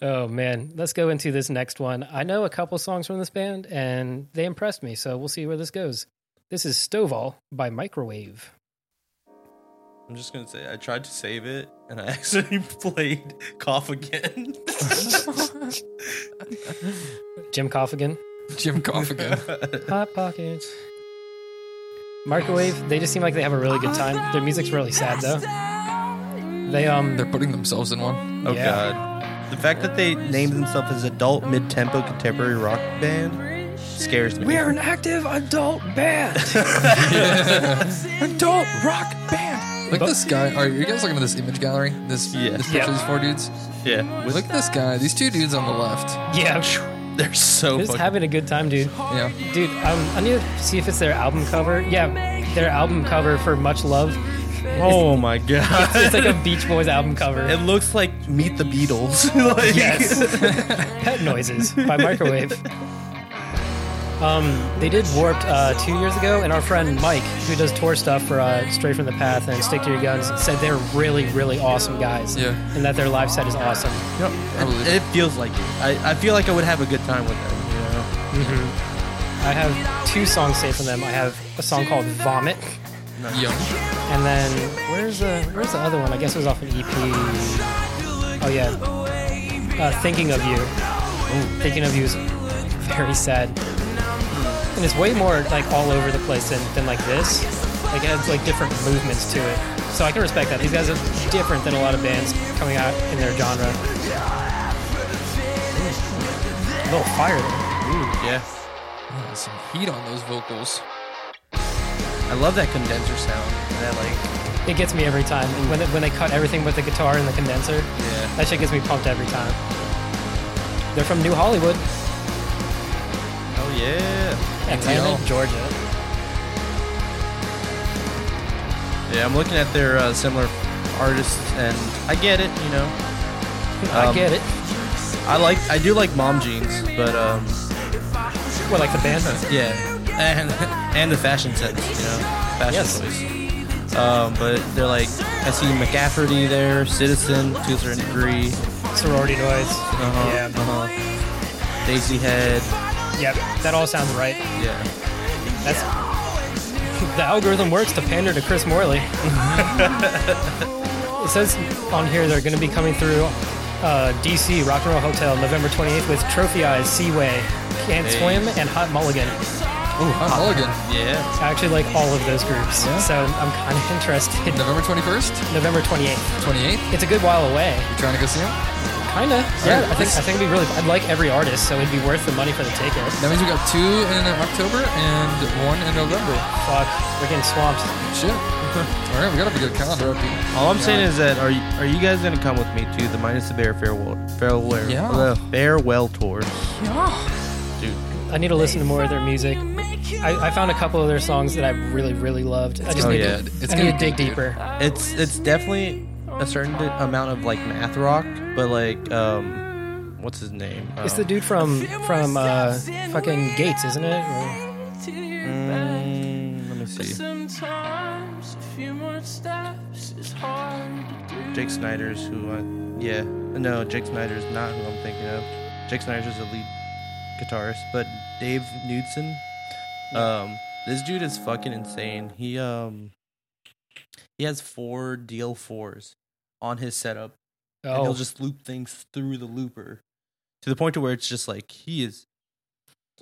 B: Oh man, let's go into this next one. I know a couple songs from this band, and they impressed me. So we'll see where this goes. This is Stovall by Microwave.
C: I'm just gonna say I tried to save it and I actually played cough again.
B: Jim Coffigan.
A: Jim Coffigan.
B: Hot Pockets. Microwave. They just seem like they have a really good time. Their music's really sad though. They um.
A: They're putting themselves in one.
C: Oh
B: Yeah.
C: god. The fact that they named themselves as adult mid-tempo contemporary rock band scares me.
B: an active adult band. adult rock band.
A: Look this guy. Are you guys looking at this image gallery? This
C: Yeah.
A: this
B: Yeah.
A: picture of these four dudes.
C: yeah.
A: Look at this guy. These two dudes on the left.
B: Yeah.
C: They're so
B: Just
C: fucking.
B: having a good time, dude.
A: Yeah.
B: Dude, um, I need to see if it's their album cover. Yeah, their album cover for Much Love.
C: oh my god!
B: It's like a Beach Boys album cover.
C: it looks like Meet the Beatles. like,
B: Pet Noises by Microwave. Um, they did Warped uh, two years ago, and our friend Mike, who does tour stuff for uh, Straight from the Path and Stick to Your Guns, said they're really, really awesome guys,
A: Yeah.
B: and that their live set is awesome.
C: Yep.
A: believe
C: It, it feels like it. I, I feel like I would have a good time with them. You know?
B: I have two songs saved from them. I have a song called Vomit,
A: Yo.
B: and then where's the where's the other one? I guess it was off an EP. Oh yeah, uh, Thinking of You. Thinking of You is very sad, and it's way more like all over the place than, than like this. Like it has like different movements to it, so I can respect that. These guys are different than a lot of bands coming out in their genre. A little fire there.
C: Yeah.
A: Oh, Some heat on those vocals.
C: I love that condenser sound. That like.
B: It gets me every time when they, when they cut everything but the guitar and the condenser.
C: Yeah.
B: That shit gets me pumped every time. They're from New Hollywood,
C: Hell yeah.
B: Atlanta, Georgia.
C: Yeah. I'm looking at their uh, similar artists, and I get it. You know.
B: I
C: Um,
B: get it.
C: I like. I do like mom jeans, but um.
B: Well, like the band.
C: Yeah. And and the fashion sense, you know, fashion
B: Yes.
C: choice. Um, but they're like, I see McCafferty there, Citizen, to a certain degree.
B: Sorority noise.
C: Uh-huh,
B: Yeah.
C: uh-huh. Daisy Head.
B: Yep. That all sounds right.
C: Yeah.
B: That's the algorithm works to pander to Chris Morley. it says on here they're going to be coming through uh, DC Rock and Roll Hotel November 28th with Trophy Eyes, Seaway, Can't
C: Hey.
B: Swim, and Hot Mulligan.
A: Oh, Hot Mulligan.
C: Yeah.
B: I actually like all of those groups,
A: Yeah.
B: so I'm kind of interested.
A: November 21st,
B: November 28th.
A: 28th.
B: It's a good while away.
A: You trying to go see him?
B: Kinda. Yeah,
A: Alright,
B: I think
A: let's-
B: I think it'd be really. I'd like every artist, so it'd be worth the money for the ticket.
A: That means we got two in October and one in November.
B: Fuck, we're getting swamped.
A: Shit. All right, we got to be good calendar up here.
C: All I'm saying is that are you, are you guys gonna come with me to the Minus the Bear farewell farewell
A: Yeah.
C: uh, farewell tour?
B: I need to listen to more of their music. I, I found a couple of their songs that I really, really loved. I just
C: Oh,
B: need
C: yeah.
B: to.
A: It's
B: I
A: gonna
B: need to
A: be
B: dig
A: good, dude.
B: deeper.
C: It's it's definitely a certain di- amount of like math rock, but like um, what's his name?
B: It's
C: Um,
B: the dude from from uh, fucking Gates, isn't it? Or-
C: mm, let me see.
E: Sometimes a few more steps is hard to do.
C: Jake Snyder's who I yeah no Jake Snyder's not who I'm thinking of. Jake Snyder's is the lead guitarist, but Dave Knudsen. Um, this dude is fucking insane. He um he has four DL fours on his setup, and
B: Oh,
C: he'll just loop things through the looper to the point to where it's just like he is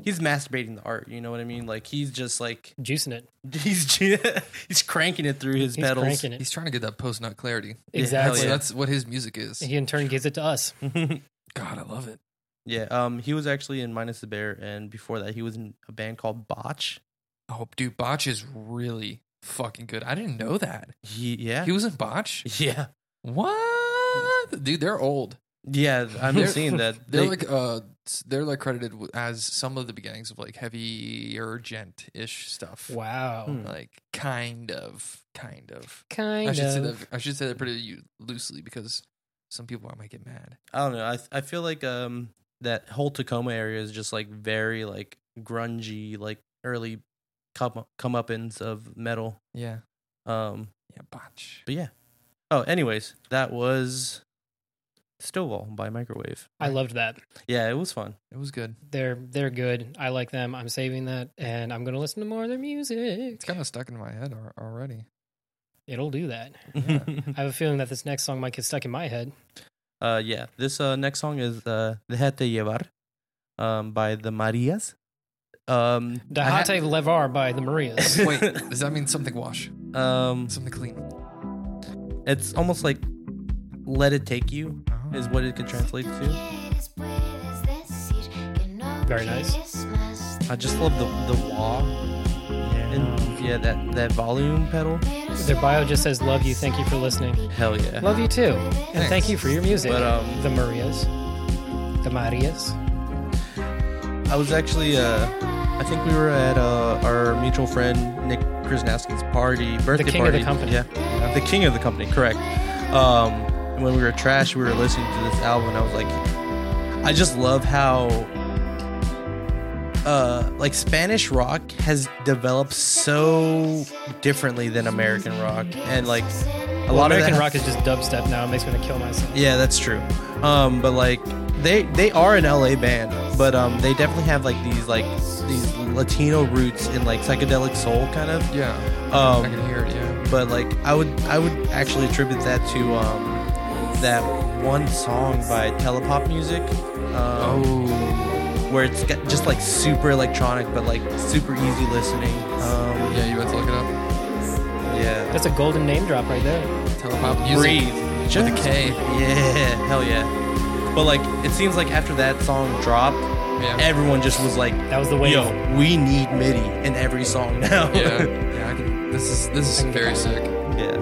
C: he's masturbating the art. You know what I mean? Like he's just like
B: juicing it.
C: he's he's cranking it through his
B: He's
C: pedals.
B: cranking it.
A: He's trying to get that post nut clarity.
B: Exactly.
A: So
C: yeah.
A: that's what his music is.
B: He in turn gives it to us.
A: God, I love it.
C: Yeah, um, he was actually in Minus the Bear, and before that, he was in a band called Botch.
A: Oh, dude, Botch is really fucking good. I didn't know that.
C: He, yeah,
A: He was in Botch?
C: yeah,
A: What? Dude, they're old.
C: yeah. I'm
A: They're-
C: seeing that.
A: They're
C: They-
A: like uh s- they're like credited w- as some of the beginnings of like heavy urgent ish stuff.
B: Wow.
C: Hmm.
A: Like kind of kind of.
B: Kind
A: I should say
B: of.
A: that I should say that pretty u- loosely because some people I might get mad.
C: I don't know. I I feel like um that whole Tacoma area is just like very like grungy, like early come comeuppance of metal.
A: Yeah.
C: Um,
A: Yeah, Botch.
C: but yeah. Oh, anyways, that was Stovall by Microwave.
B: I loved that.
C: Yeah, it was fun.
A: It was good.
B: They're they're good. I like them. I'm saving that, and I'm gonna listen to more of their music.
A: It's kind of stuck in my head al- already.
B: It'll do that. I have a feeling that this next song might get stuck in my head.
C: Uh, yeah. This uh, next song is uh, Déjate Llevar um, by the Marias. Um, I ha-
B: Dahate Levar by the Marias.
A: Wait, does that mean something wash?
C: um,
A: Something clean?
C: it's almost like Let It Take You is what it can translate to.
B: Very nice.
C: I just love the, the wah. And yeah, that, that volume pedal.
B: Their bio just says, Love you, thank you for listening.
C: Hell yeah.
B: Love you too. And thank you for your music.
C: But, um,
B: the Marias. The Marias.
C: I was actually, uh, I think we were at uh, our mutual friend Nick Krasnowski's party, birthday
B: king of
C: party.
B: the company.
C: Yeah, Uh, the king of the company, correct. Um, and when we were trash, we were listening to this album, and I was like, I just love how, uh, like Spanish rock has developed so differently than American rock, and like a lot of
B: American
C: that-
B: rock is just dubstep now. It makes me want to kill myself.
C: yeah, that's true. Um, but like they they are an LA band, but um, they definitely have like these like these Latino roots in like psychedelic soul kind of.
A: Yeah, I
C: Um,
A: can hear it. Yeah.
C: but like I would I would actually attribute that to um, that one song by Telepop Music. Um,
A: Oh.
C: where it's got just like super electronic, but like super easy listening. Um,
A: Yeah, you have to look it up.
C: yeah,
B: That's a golden name drop right there.
A: Telepop music.
C: Just-
A: With a K.
C: Yeah, hell yeah. But like, it seems like after that song dropped,
A: Yeah.
C: everyone just was like,
B: That was the wave.
C: Yo, we need MIDI in every song now.
A: yeah. Yeah. I can, this is this is very sick.
C: yeah.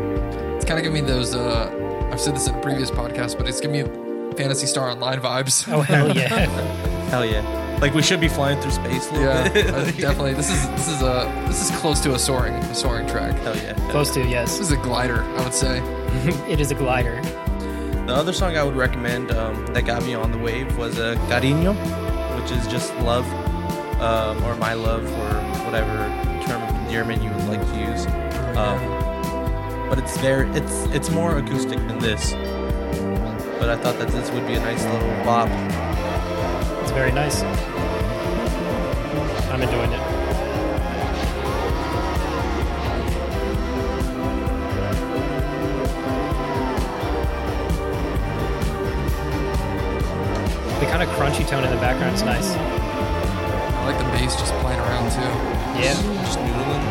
A: It's kind of giving me those. Uh, I've said this in a previous podcast, but it's giving me Fantasy Star Online vibes.
B: Oh hell yeah!
C: Hell yeah. Like we should be flying through space. A little
A: yeah,
C: bit.
A: uh, definitely. This is this is a this is close to a soaring a soaring track.
C: Hell yeah.
B: Close to yes.
A: This is a glider, I would say.
B: It is a glider.
C: The other song I would recommend um, that got me on the wave was uh, Cariño, which is just love, um, or my love, or whatever term of endearment you would like to use. Um, but it's there. It's it's more acoustic than this. But I thought that this would be a nice little bop.
B: It's very nice. I'm enjoying it. The kind of crunchy tone in the background is nice.
A: I like the bass just playing around too.
B: Yeah,
C: Just noodling.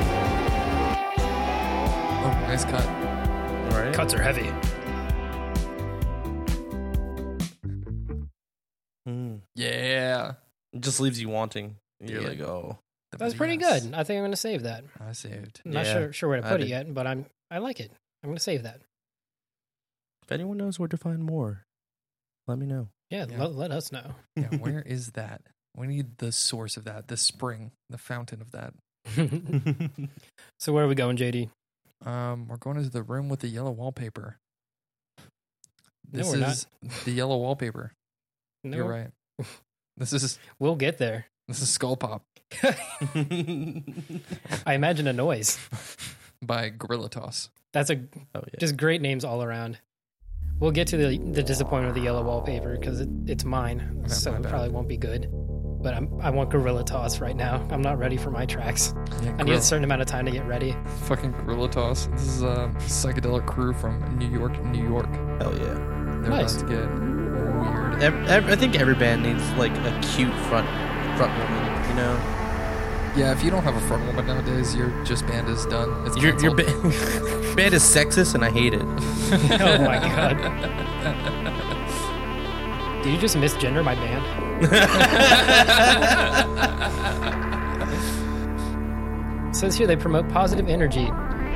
A: Oh, nice cut.
C: All right.
B: cuts are heavy.
C: Mm.
A: Yeah,
C: It just leaves you wanting. You're
A: Yeah.
C: like, oh,
A: The
B: That was pretty
A: yes.
B: good. I think I'm gonna save that.
A: I saved.
B: I'm not
C: Yeah,
B: sure sure where to
C: I
B: put it
C: did.
B: yet, but I'm I like it. I'm gonna save that.
C: if anyone knows where to find more, let me know.
B: Yeah,
A: Yeah.
B: Let, let us know.
A: Yeah, where is that? We need the source of that, the spring, the fountain of that.
C: Oh,
B: so where are we going, JD?
A: Um, we're going into the room with the yellow wallpaper.
B: No,
A: This
B: we're not.
A: is the yellow wallpaper.
B: No,
A: You're right. This is
B: We'll get there.
A: this is Skull Pop
B: I imagine a noise.
A: by Gorilla Toss.
B: That's a
C: oh yeah.
B: just great names all around. We'll get to the the disappointment of the yellow wallpaper because it, it's mine,
A: Okay,
B: so
A: my
B: it
A: bad.
B: probably won't be good. But I'm I want gorilla toss right now. I'm not ready for my tracks.
A: Yeah,
B: I need a certain amount of time to get ready.
A: fucking Gorilla Toss. This is a psychedelic crew from New York, New York.
C: Hell yeah.
A: They're
B: Nice.
A: about to get weird.
C: Ev ev- I think every band needs like a cute front front woman. You know,
A: Yeah, if you don't have a front woman nowadays, your just band is done. It's
C: your your
A: canceled.
C: ba- band is sexist, and I hate it.
B: oh my god! Did you just misgender my band? It says here they promote positive energy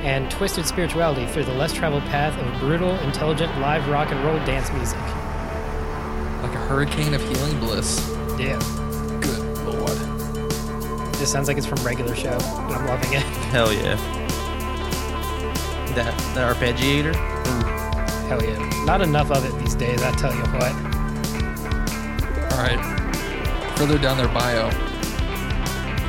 B: and twisted spirituality through the less traveled path of brutal, intelligent live rock and roll dance music.
A: like a hurricane of healing bliss.
B: Yeah,
A: Good lord.
B: this sounds like it's from regular show, and I'm loving it.
C: Hell yeah. That the arpeggiator.
B: Hell yeah. Not enough of it these days, I tell you what.
A: All right. Further down their bio,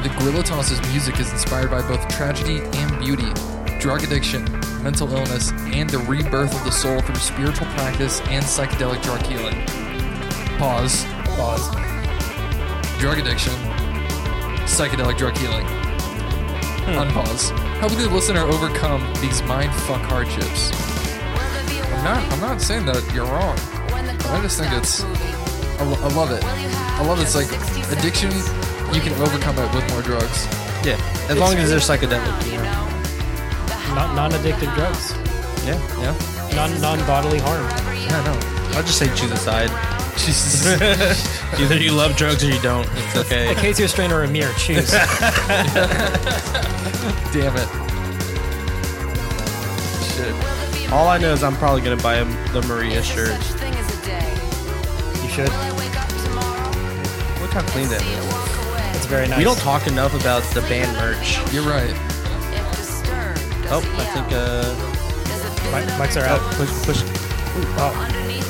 A: the Gorilla Toss's music is inspired by both tragedy and beauty, drug addiction, mental illness, and the rebirth of the soul through spiritual practice and psychedelic drug healing. Pause.
B: Pause.
A: Drug addiction. Psychedelic drug healing. Unpause. Helping the listener overcome these mind fuck hardships. I'm not. I'm not saying that you're wrong. I just think it's. I, lo- I love it. I love it's like addiction. You can overcome it with more drugs.
C: Yeah, as long as they're psychedelic. You know?
B: Non non addictive drugs.
C: Yeah,
A: Yeah.
B: Non non bodily harm.
A: Yeah. No.
C: I'll just say choose a side.
A: Jesus.
C: Either you love drugs or you don't. It's okay.
B: Casio strain or a mirror, choose.
A: Damn it.
C: All I know is I'm probably gonna buy him the Maria shirt.
B: you should.
C: Look how clean that is.
B: It's very nice.
C: We don't talk enough about the band merch.
A: You're right.
C: Oh, I think uh,
B: Mi- mics are out.
C: oh, push, push.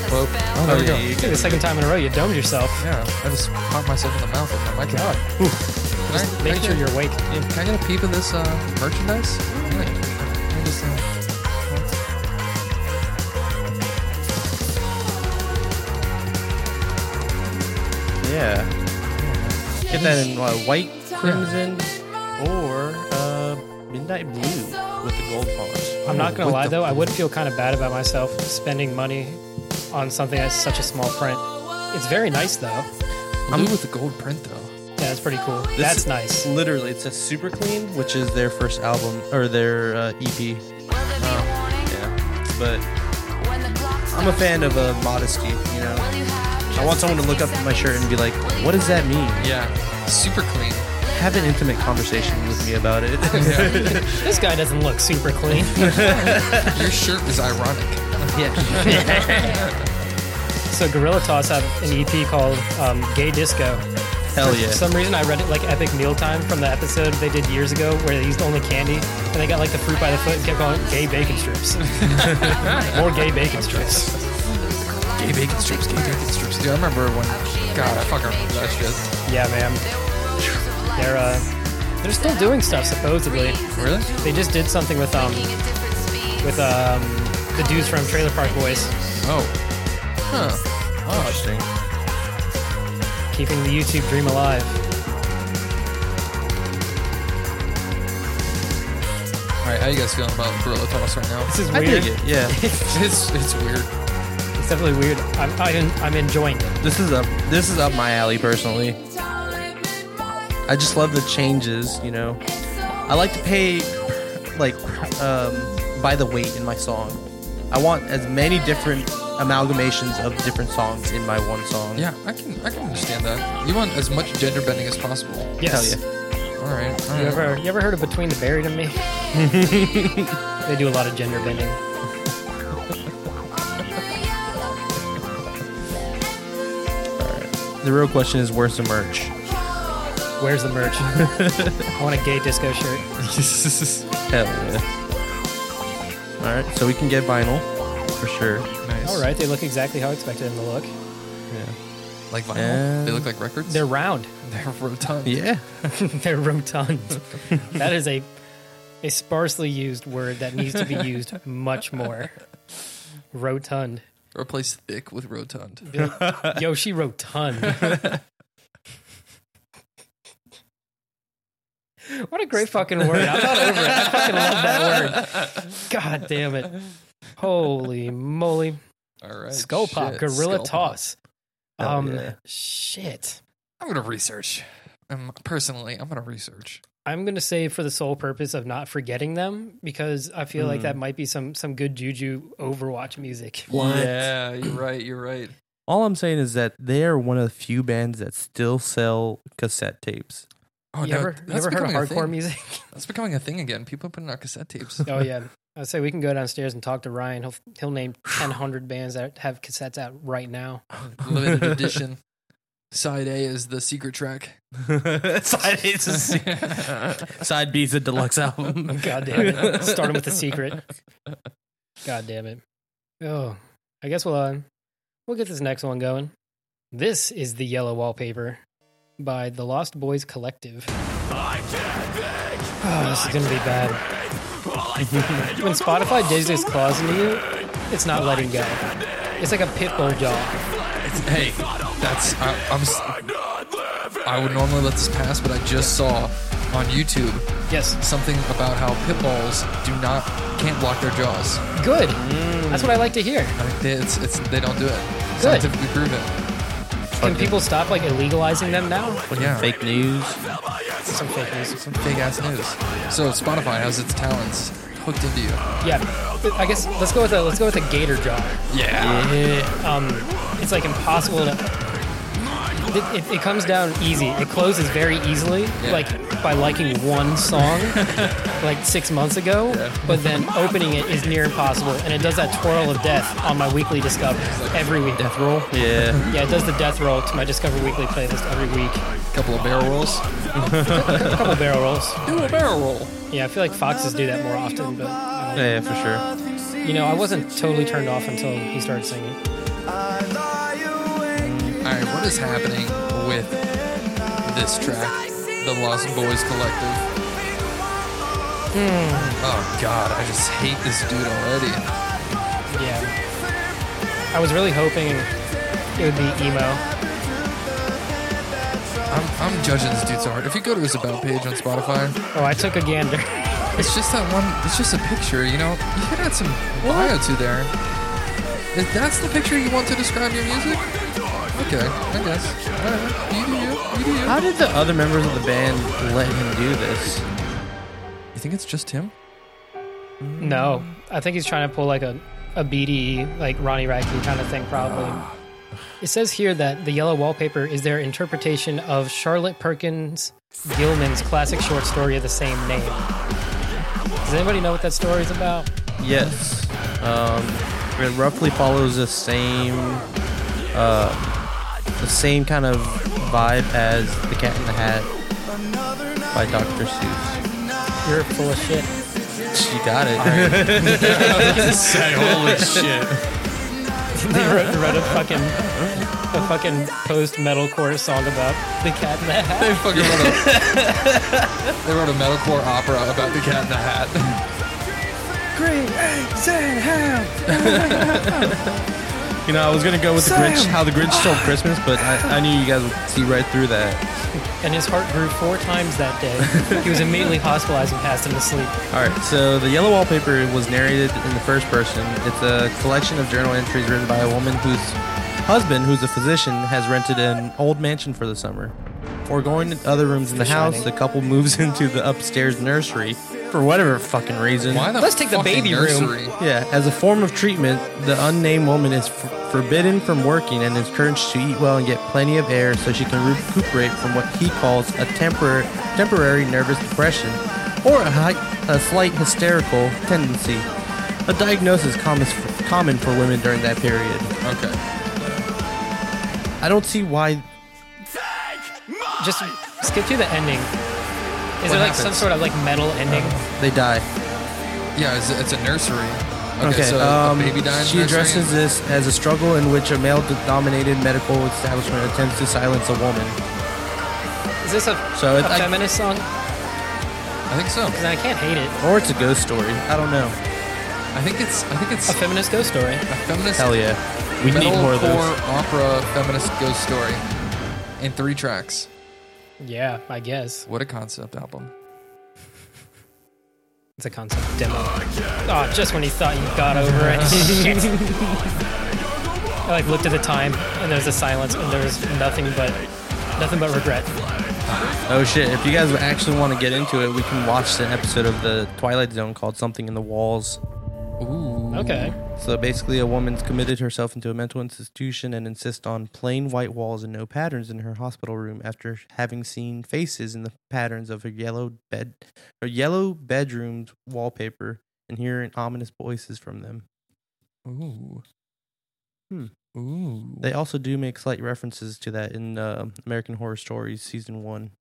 A: Well, oh, there we go.
C: you
B: I think the second time in a row you domed yourself.
A: Yeah, I just popped myself in the mouth with my mic.
B: God.
A: Can I- can I
B: Make
A: get-
B: sure you're awake.
A: Yeah, Can I get a peep of this uh, merchandise? Yeah. Can I just, uh,
C: Yeah. Get that in uh, white, crimson, or uh, midnight blue with the gold font.
B: I'm not gonna
A: What
B: lie
A: the-
B: though, I would feel kind of bad about myself spending money on something that's such a small print. It's very nice though.
A: I'm with the gold print though.
B: Yeah, it's pretty cool.
C: This
B: That's
C: is-
B: nice.
C: Literally, it says Super Clean, which is their first album or their uh, EP.
A: Oh.
C: Yeah. But I'm a fan of uh, modesty, you know. I want someone to look up at my shirt and be like, what does that mean?
A: Yeah, super clean.
C: Have an intimate conversation with me about it.
B: This guy doesn't look super clean.
A: Your shirt is ironic.
B: so Gorilla Toss have an EP called um, Gay Disco.
C: Hell
B: For
C: yeah.
B: some reason, I read it like Epic Mealtime from the episode they did years ago where they used only candy and they got like the fruit by the foot and kept calling it gay bacon strips. More gay bacon strips.
A: Gay bacon strips, gay bacon strips. Dude, I remember when. God, I fucking remember that shit.
B: Yeah, man. They're uh, they're still doing stuff supposedly.
A: Really?
B: They just did something with um with um the dudes from Trailer Park Boys,
A: Oh. Huh. Oh,
C: Interesting.
B: keeping the YouTube dream alive.
A: All right, how you guys feeling about Gorilla Toss right now?
B: This is
C: I
B: weird.
C: dig it, yeah.
A: It's it's weird.
B: It's definitely weird. I'm I'm, I'm enjoying it.
C: This is up. This is up my alley personally. I just love the changes. You know, I like to pay like um, by the weight in my song. I want as many different amalgamations of different songs in my one song.
A: Yeah, I can I can understand that. You want as much gender bending as possible.
B: Yes.
C: Hell yeah.
A: All right.
B: You
A: All right.
B: ever you ever heard of Between the Buried and Me? they do a lot of gender bending.
C: The real question is, where's the merch?
B: Where's the merch? I want a gay disco shirt.
C: Hell yeah. All right, so we can get vinyl for sure.
A: Nice.
B: All right, they look exactly how I expected them to look.
A: Like vinyl.
C: Yeah.
A: they look like records.
B: They're round.
A: they're rotund.
C: Yeah.
B: They're rotund. that is a a sparsely used word that needs to be used much more. Rotund.
A: Replace thick with rotund.
B: Yo, she rotund. what a great fucking word. I'm not over it. I fucking love that word. God damn it. Holy moly.
A: All right.
B: Skull pop,
A: shit,
B: gorilla
A: skull pop.
B: toss.
C: Hell
B: um
C: yeah.
B: shit.
A: I'm gonna research. Um, personally, I'm gonna research.
B: I'm gonna say for the sole purpose of not forgetting them because I feel like that
A: Mm.
B: might be some some good juju Overwatch music.
A: Oh, Yeah, you're right. You're right.
C: All I'm saying is that they are one of the few bands that still sell cassette tapes.
A: Oh
B: you
A: no,
B: ever, you
A: that's
B: ever heard of
A: becoming a
B: hardcore
A: thing.
B: music?
A: That's becoming a thing again. People are putting out cassette tapes.
B: oh yeah. I say we can go downstairs and talk to Ryan. He'll he'll name ten hundred bands that have cassettes out right now.
A: Limited edition. Side A is the secret track.
C: side A's a side B's a deluxe album.
B: God damn it! Starting with the secret. God damn it! Oh, I guess we'll uh, we'll get this next one going. This is the Yellow Wallpaper by the Lost Boys Collective. Oh, this is gonna be bad. when Spotify digs his claws into you, it's not letting go. It's like a pit bull jaw.
A: Hey, that's I, I'm. s- I would normally let this pass, but I just saw on YouTube
B: Yes,
A: something about how pit bulls do not can't block their jaws.
B: good. That's what I like to hear.
A: Like they, it's, it's they don't do it.
B: Good.
A: Scientifically proven.
B: Can people stop like illegalizing them now?
A: Yeah.
C: Fake news.
B: Some fake news.
A: Some fake ass news. So Spotify has its talents hooked into you.
B: Yeah, I guess let's go with a let's go with a gator jaw.
A: Yeah.
B: um, it's like impossible to. it, it, it comes down easy. It closes very easily, like by liking one song, like six months ago. But then opening it is near impossible, and it does that twirl of death on my weekly discover every week. Death roll.
C: Yeah.
B: Yeah, it does the death roll to my Discover Weekly playlist every week.
A: couple of barrel rolls.
B: A couple barrel rolls.
A: Do a barrel roll.
B: Yeah, I feel like foxes do that more often, but um,
C: Yeah, for sure.
B: you know, I wasn't totally turned off until he started singing.
A: All right, what is happening with this track, the Lost Boys Collective? Oh God, I just hate this dude already.
B: Yeah, I was really hoping it would be emo.
A: I'm, I'm judging this dude's art. If you go to his about page on Spotify,
B: Oh, I took a gander.
A: it's just that one. It's just a picture, you know. You could add some bio to there. If that's the picture you want to describe your music, okay, I guess. All right, you do you. You do you.
C: How did the other members of the band let him do this?
A: You think it's just him?
B: no, I think he's trying to pull like a, a BDE, like Ronnie Radke kind of thing, probably. It says here that the yellow wallpaper is their interpretation of Charlotte Perkins Gilman's classic short story of the same name. Does anybody know what that story is about?
C: Yes. Um, it roughly follows the same, uh, the same kind of vibe as The Cat in the Hat by Dr. Seuss.
B: You're full of shit.
C: She got it.
H: holy shit.
B: they wrote, wrote a fucking a fucking post metalcore song about the cat in the hat.
A: They fucking wrote a, they wrote a metalcore opera about the cat in the hat.
C: You know, I was gonna go with the Grinch, how the Grinch stole Christmas, but I, I knew you guys would see right through that.
B: And his heart grew four times that day. He was immediately hospitalized and passed into sleep.
C: All right, so the yellow wallpaper was narrated in the first person. It's a collection of journal entries written by a woman whose husband, who's a physician, has rented an old mansion for the summer. Foregoing the other rooms in the house, the couple moves into the upstairs nursery for whatever fucking reason.
A: Why the
B: Let's take the
A: fucking
B: baby room.
A: nursery?
C: Yeah, as a form of treatment, the unnamed woman is f- forbidden from working and encouraged to eat well and get plenty of air so she can recuperate from what he calls a temporary, temporary nervous depression or a, hi- a slight hysterical tendency. A diagnosis common for, common for women during that period.
A: Okay.
C: I don't see why.
B: Just skip to the ending. Is there like some
A: happens?
B: sort of like metal ending?
C: They die.
A: Yeah, it's, it's a nursery. Okay,
C: Okay,
A: so
C: um,
A: a baby dies.
C: she addresses this as a struggle in which a male-dominated medical establishment attempts to silence a woman.
B: Is this a,
C: So
B: a
C: it- I-
B: feminist song?
A: I think so.
B: 'Cause I can't hate it.
C: Or it's a ghost story. I don't know.
A: I think it's. I think it's
B: A feminist ghost story.
A: a feminist.
C: Hell yeah. We need more of
A: metalcore
C: those.
A: opera feminist ghost story in three tracks.
B: Yeah, I guess
A: What a concept album.
B: it's a concept demo. Oh, just when he thought you got over it. Shit. I like looked at the time and there was a silence and there was nothing but nothing but regret.
C: Oh shit, if you guys actually want to get into it, we can watch an episode of the Twilight Zone called Something in the Walls.
A: Ooh.
B: Okay.
C: So basically, a woman's committed herself into a mental institution and insists on plain white walls and no patterns in her hospital room after having seen faces in the patterns of her yellow bed her yellow bedroom's wallpaper and hearing ominous voices from them.
A: Ooh.
C: Hmm.
A: Ooh.
C: They also do make slight references to that in uh, American Horror Stories season one.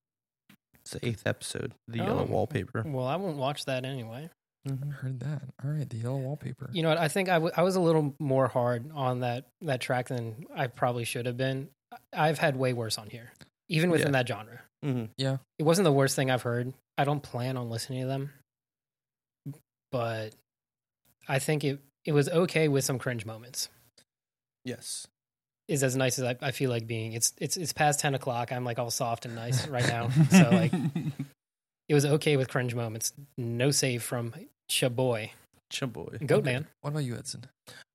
C: It's the eighth episode, the yellow
B: Oh.
C: wallpaper.
B: Well, I won't watch that anyway.
A: I
B: Mm-hmm.
A: heard that. All right, the yellow wallpaper.
B: You know what? I think I, w- I was a little more hard on that that track than I probably should have been. I- I've had way worse on here, even within
C: Yeah.
B: that genre.
C: Mm-hmm.
B: It wasn't the worst thing I've heard. I don't plan on listening to them, but I think it it was okay with some cringe moments.
C: Yes.
B: Is as nice as I, I feel like being. It's it's it's past ten o'clock. I'm like all soft and nice right now. so like, it was okay with cringe moments. No save from Shaboy
C: Chaboy.
B: Goatman.
A: What about you, Edson?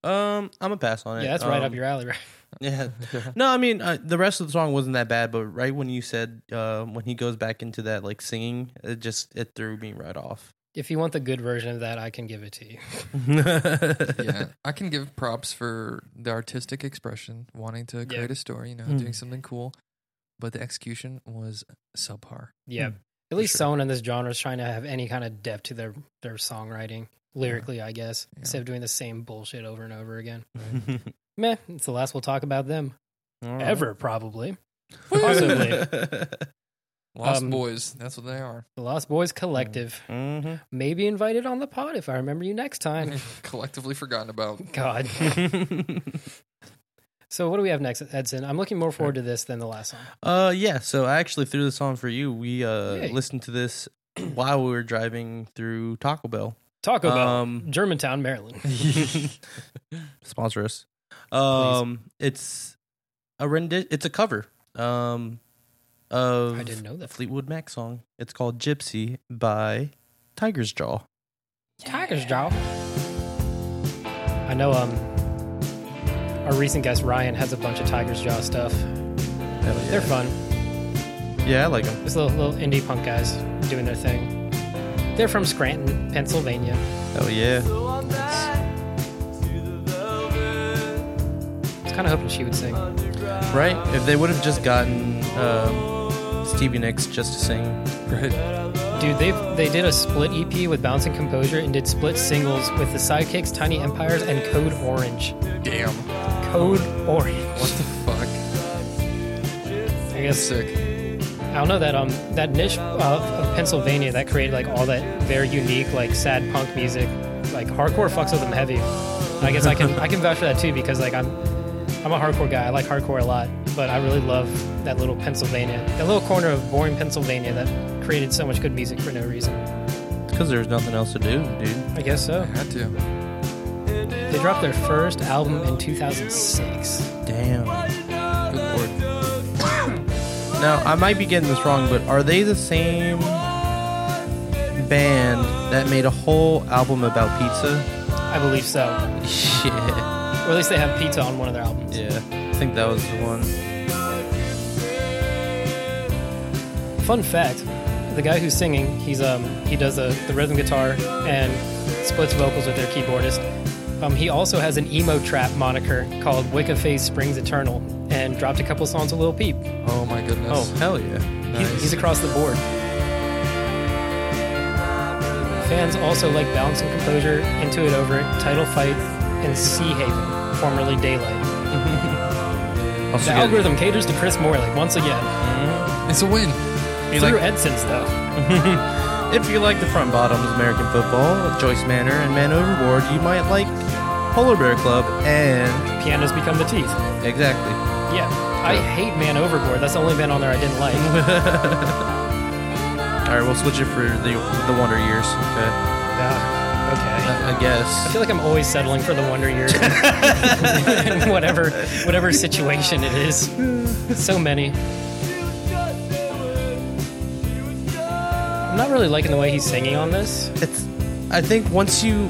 C: Um, I'm a pass on it.
B: Yeah, that's right
C: Um,
B: up your alley. Right?
C: Yeah. No, I mean uh, the rest of the song wasn't that bad, but right when you said uh, when he goes back into that like singing, it just it threw me right off.
B: If you want the good version of that, I can give it to you.
A: yeah, I can give props for the artistic expression, wanting to create a story, you know, doing something cool. but the execution was subpar.
B: Yeah. At least someone in this genre is trying to have any kind of depth to their their songwriting lyrically, I guess,
A: Yeah.
B: instead of doing the same bullshit over and over again. Meh, it's the last we'll talk about them
C: Uh-huh.
B: ever, probably. Possibly.
A: Lost
B: Um,
A: Boys, that's what they are.
B: The Lost Boys Collective
C: Mhm.
B: may be invited on the pod if I remember you next time.
A: Collectively forgotten about.
B: God. So what do we have next, Edson? I'm looking more forward to this than the last one.
C: uh, yeah. So I actually threw this on for you. We uh
B: Yay.
C: listened to this while we were driving through Taco Bell.
B: Taco Bell,
C: Um,
B: Germantown, Maryland.
C: Sponsor us. Um, it's a rendi- It's a cover. Um, of
B: I didn't know that.
C: Fleetwood Mac song. It's called Gypsy by Tiger's Jaw.
B: Tiger's Jaw. I know um our recent guest Ryan has a bunch of Tiger's Jaw stuff.
C: Hell yeah.
B: They're fun.
C: Yeah, I like them.
B: Just little, little indie punk guys doing their thing. They're from Scranton, Pennsylvania.
C: Oh yeah.
E: So I'm back to the velvet
B: I was kind of hoping she would sing.
E: underground.
C: Right? If they would have just gotten um, Stevie Nicks just to sing.
A: Right.
B: Dude, they they did a split EP with Bouncing Composure and did split singles with the Sidekicks, Tiny Empires, and Code Orange.
A: Damn.
B: Code Orange.
A: What the fuck?
B: I guess uh,
A: Sick.
B: I don't know that um that niche of, of Pennsylvania that created like all that their unique like sad punk music, like hardcore fucks with them heavy. And I guess I can I can vouch for that too because like I'm I'm a hardcore guy. I like hardcore a lot, but I really love that little Pennsylvania, that little corner of boring Pennsylvania that created so much good music for no reason.
C: Because there's nothing else to do, dude.
B: I guess so.
A: Had to.
B: They dropped their first album in 2006.
C: Damn.
A: Good lord.
C: Now, I might be getting this wrong, but are they the same band that made a whole album about pizza?
B: I believe so.
C: Shit.
B: Or at least they have pizza on one of their albums.
C: Yeah. I think that was the one.
B: Fun fact: the guy who's singing, he's um he does the, the rhythm guitar and splits vocals with their keyboardist. Um, he also has an emo trap moniker called Wicca Phase Springs Eternal, and dropped a couple songs with Lil Peep.
A: Oh my
C: Oh,
A: goodness.
C: hell yeah.
B: He's, he's across the board. Fans also like Balance and Composure, Into It Over It, Title Fight, and Sea Haven, formerly Daylight.
C: Also
B: The
C: good.
B: algorithm caters to Chris Morley once again.
A: It's a win.
C: You
B: Through
C: like-
B: Edson's though.
C: If you like the front bottoms of American football, Joyce Manor, and Man Overboard, you might like Polar Bear Club and
B: Pianos become the teeth.
C: exactly.
B: Yeah, I hate Man Overboard. That's the only band on there I didn't like.
C: All right, we'll switch it for the the Wonder Years. Okay,
B: okay.
C: I, I
B: I
C: guess.
B: feel like I'm always settling for the Wonder Years, whatever, whatever situation it is. So many. I'm not really liking the way he's singing on this.
C: It's. I think once you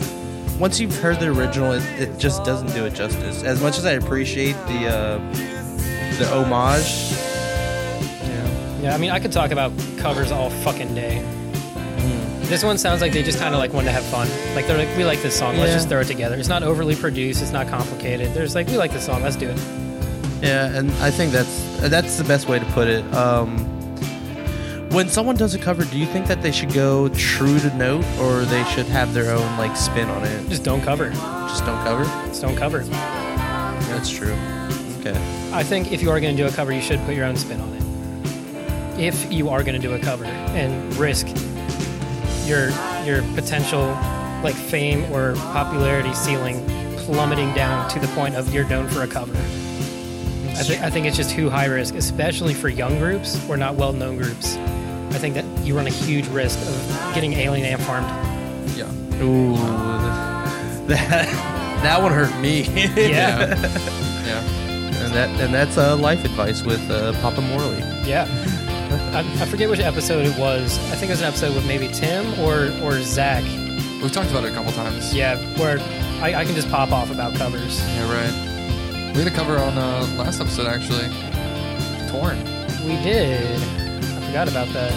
C: once you've heard the original, it, it just doesn't do it justice. As much as I appreciate the uh, the homage,
B: Yeah, I mean, I could talk about covers all fucking day. This one sounds like they just kind of like wanted to have fun. Like they're like, we like this song, let's
C: Yeah.
B: just throw it together. It's not overly produced, it's not complicated. There's like, we like this song, let's do it.
C: Yeah, and I think that's that's the best way to put it. Um, when someone does a cover, do you think that they should go true to note, or they should have their own like spin on it?
B: Just don't cover.
C: Just don't cover.
B: Just don't cover.
C: That's true. Okay.
B: I think if you are going to do a cover, you should put your own spin on it. If you are going to do a cover and risk your your potential like fame or popularity ceiling plummeting down to the point of you're known for a cover. I, thi- I think it's just too high risk, especially for young groups or not well known groups. I think that you run a huge risk of getting alien and farmed.
A: Yeah.
C: Ooh, that that one hurt me.
B: Yeah,
A: Yeah.
C: and that and that's uh, life advice with uh, Papa Morley.
B: yeah. I, I forget which episode it was. I think it was an episode with maybe Tim or or Zach.
A: We've talked about it a couple times.
B: Yeah, where I, I can just pop off about covers.
A: Yeah, right. We had a cover on uh, last episode, actually. Torn
B: We did. I forgot about that.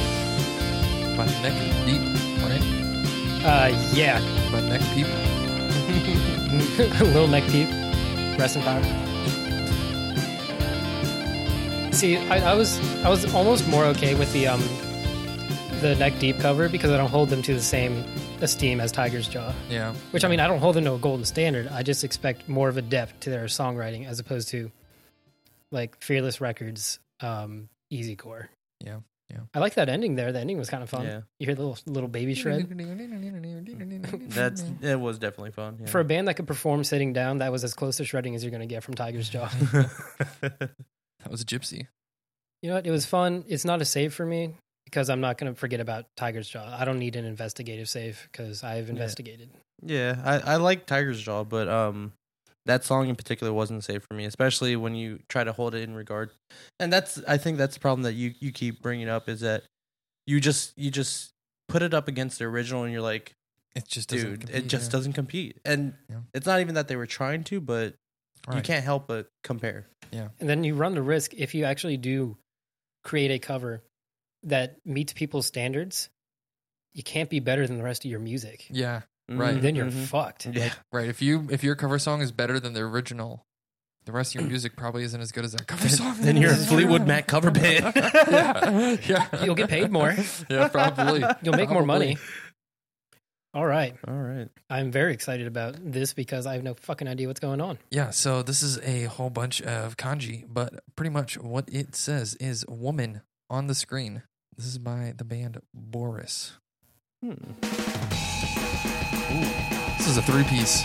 A: by Neck Deep, right?
B: Uh, yeah,
A: By Neck Deep.
B: Little Neck Peep, rest in power. see, I, I was I was almost more okay with the um the neck deep cover because I don't hold them to the same esteem as Tiger's Jaw.
A: Yeah.
B: Which I mean, I don't hold them to a golden standard. I just expect more of a depth to their songwriting as opposed to like Fearless Records, um, Easy Core.
A: Yeah, yeah.
B: I like that ending there. The ending was kind of fun.
C: Yeah.
B: You hear the little little baby shred.
C: That's it was definitely fun. Yeah.
B: For a band that could perform sitting down, that was as close to shredding as you're going to get from Tiger's Jaw.
A: That was a gypsy.
B: You know what? It was fun. It's not a save for me because I'm not going to forget about Tiger's Jaw. I don't need an investigative save because I've investigated.
C: yeah, I, I like Tiger's Jaw, but um, that song in particular wasn't safe for me, especially when you try to hold it in regard. And that's I think that's the problem that you you keep bringing up is that you just you just put it up against the original and you're like,
A: It just doesn't.
C: dude,
A: compete,
C: it just
A: yeah.
C: doesn't compete. And
A: Yeah.
C: it's not even that they were trying to, but you
A: Right.
C: can't help but compare.
B: And then you run the risk if you actually do create a cover that meets people's standards, you can't be better than the rest of your music.
A: Yeah, Right.
B: Then you're
C: Mhm.
B: fucked.
C: yeah.
A: right. If you if your cover song is better than the original, the rest of your music probably isn't as good as that cover song.
C: Then you're a Fleetwood Mac cover band.
A: yeah. yeah.
B: You'll get paid more.
A: Yeah, probably.
B: You'll make more money. All right.
C: All right.
B: I'm very excited about this because I have no fucking idea what's going on.
A: Yeah, so this is a whole bunch of kanji, but pretty much what it says is woman on the screen. This is by the band Boris. This is a three piece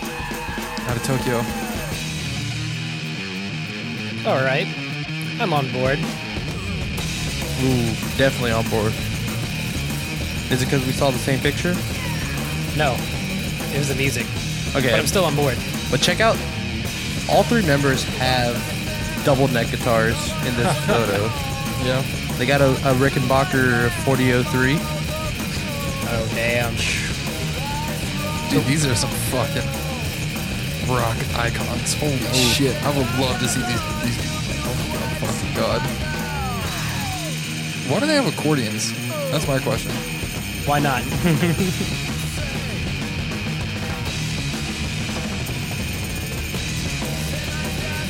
A: out of Tokyo.
B: All right. I'm on board.
C: Ooh, definitely on board. Is it because we saw the same picture?
B: No, it was the music,
C: Okay,
B: but I'm still on board.
C: But check out all three members have double neck guitars in this photo.
A: Yeah.
C: They got a, a Rickenbacker 4003.
B: Oh, damn.
A: Dude, these are some fucking rock icons. Holy shit. I would love to see these. these oh my god, fucking god. Why do they have accordions? That's my question.
B: Why not?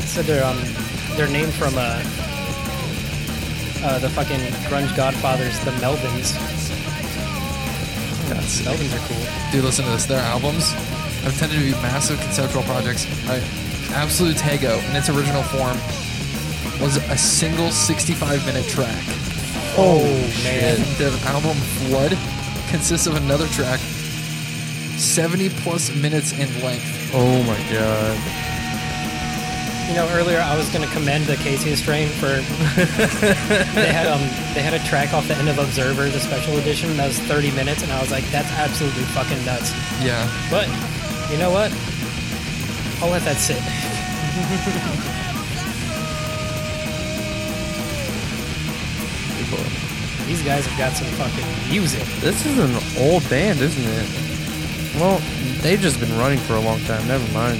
B: so they're um, they're named from uh, uh, the fucking grunge godfathers, the Melvins.
A: That's
B: Melvins are cool.
A: Dude, listen to this. Their albums have tended to be massive conceptual projects. Right? Absolute Tego, in its original form, was a single 65 minute track.
B: Oh
A: And their album Flood consists of another track 70 plus minutes in length.
C: Oh my god.
B: You know, earlier I was going to commend the Casey Strain for they had um they had a track off the end of Observer, the special edition that was 30 minutes, and I was like, that's absolutely fucking nuts.
A: Yeah.
B: But you know what? I'll let that sit. These guys have got some fucking music.
C: This is an old band, isn't it? Well, they've just been running for a long time. Never mind.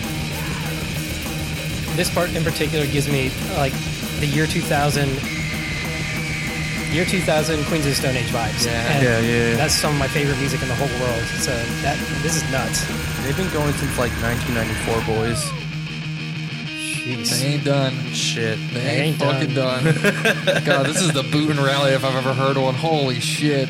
B: This part in particular gives me like the year 2000, year 2000 Queens of the Stone Age vibes.
A: Yeah.
B: And
C: Yeah, yeah, yeah.
B: That's some of my favorite music in the whole world. So that this is nuts.
C: They've been going since like 1994, boys.
A: They ain't done.
C: Shit.
A: They
B: They
A: ain't,
B: ain't
A: fucking done. God, this is the boot and rally if I've ever heard one. Holy shit.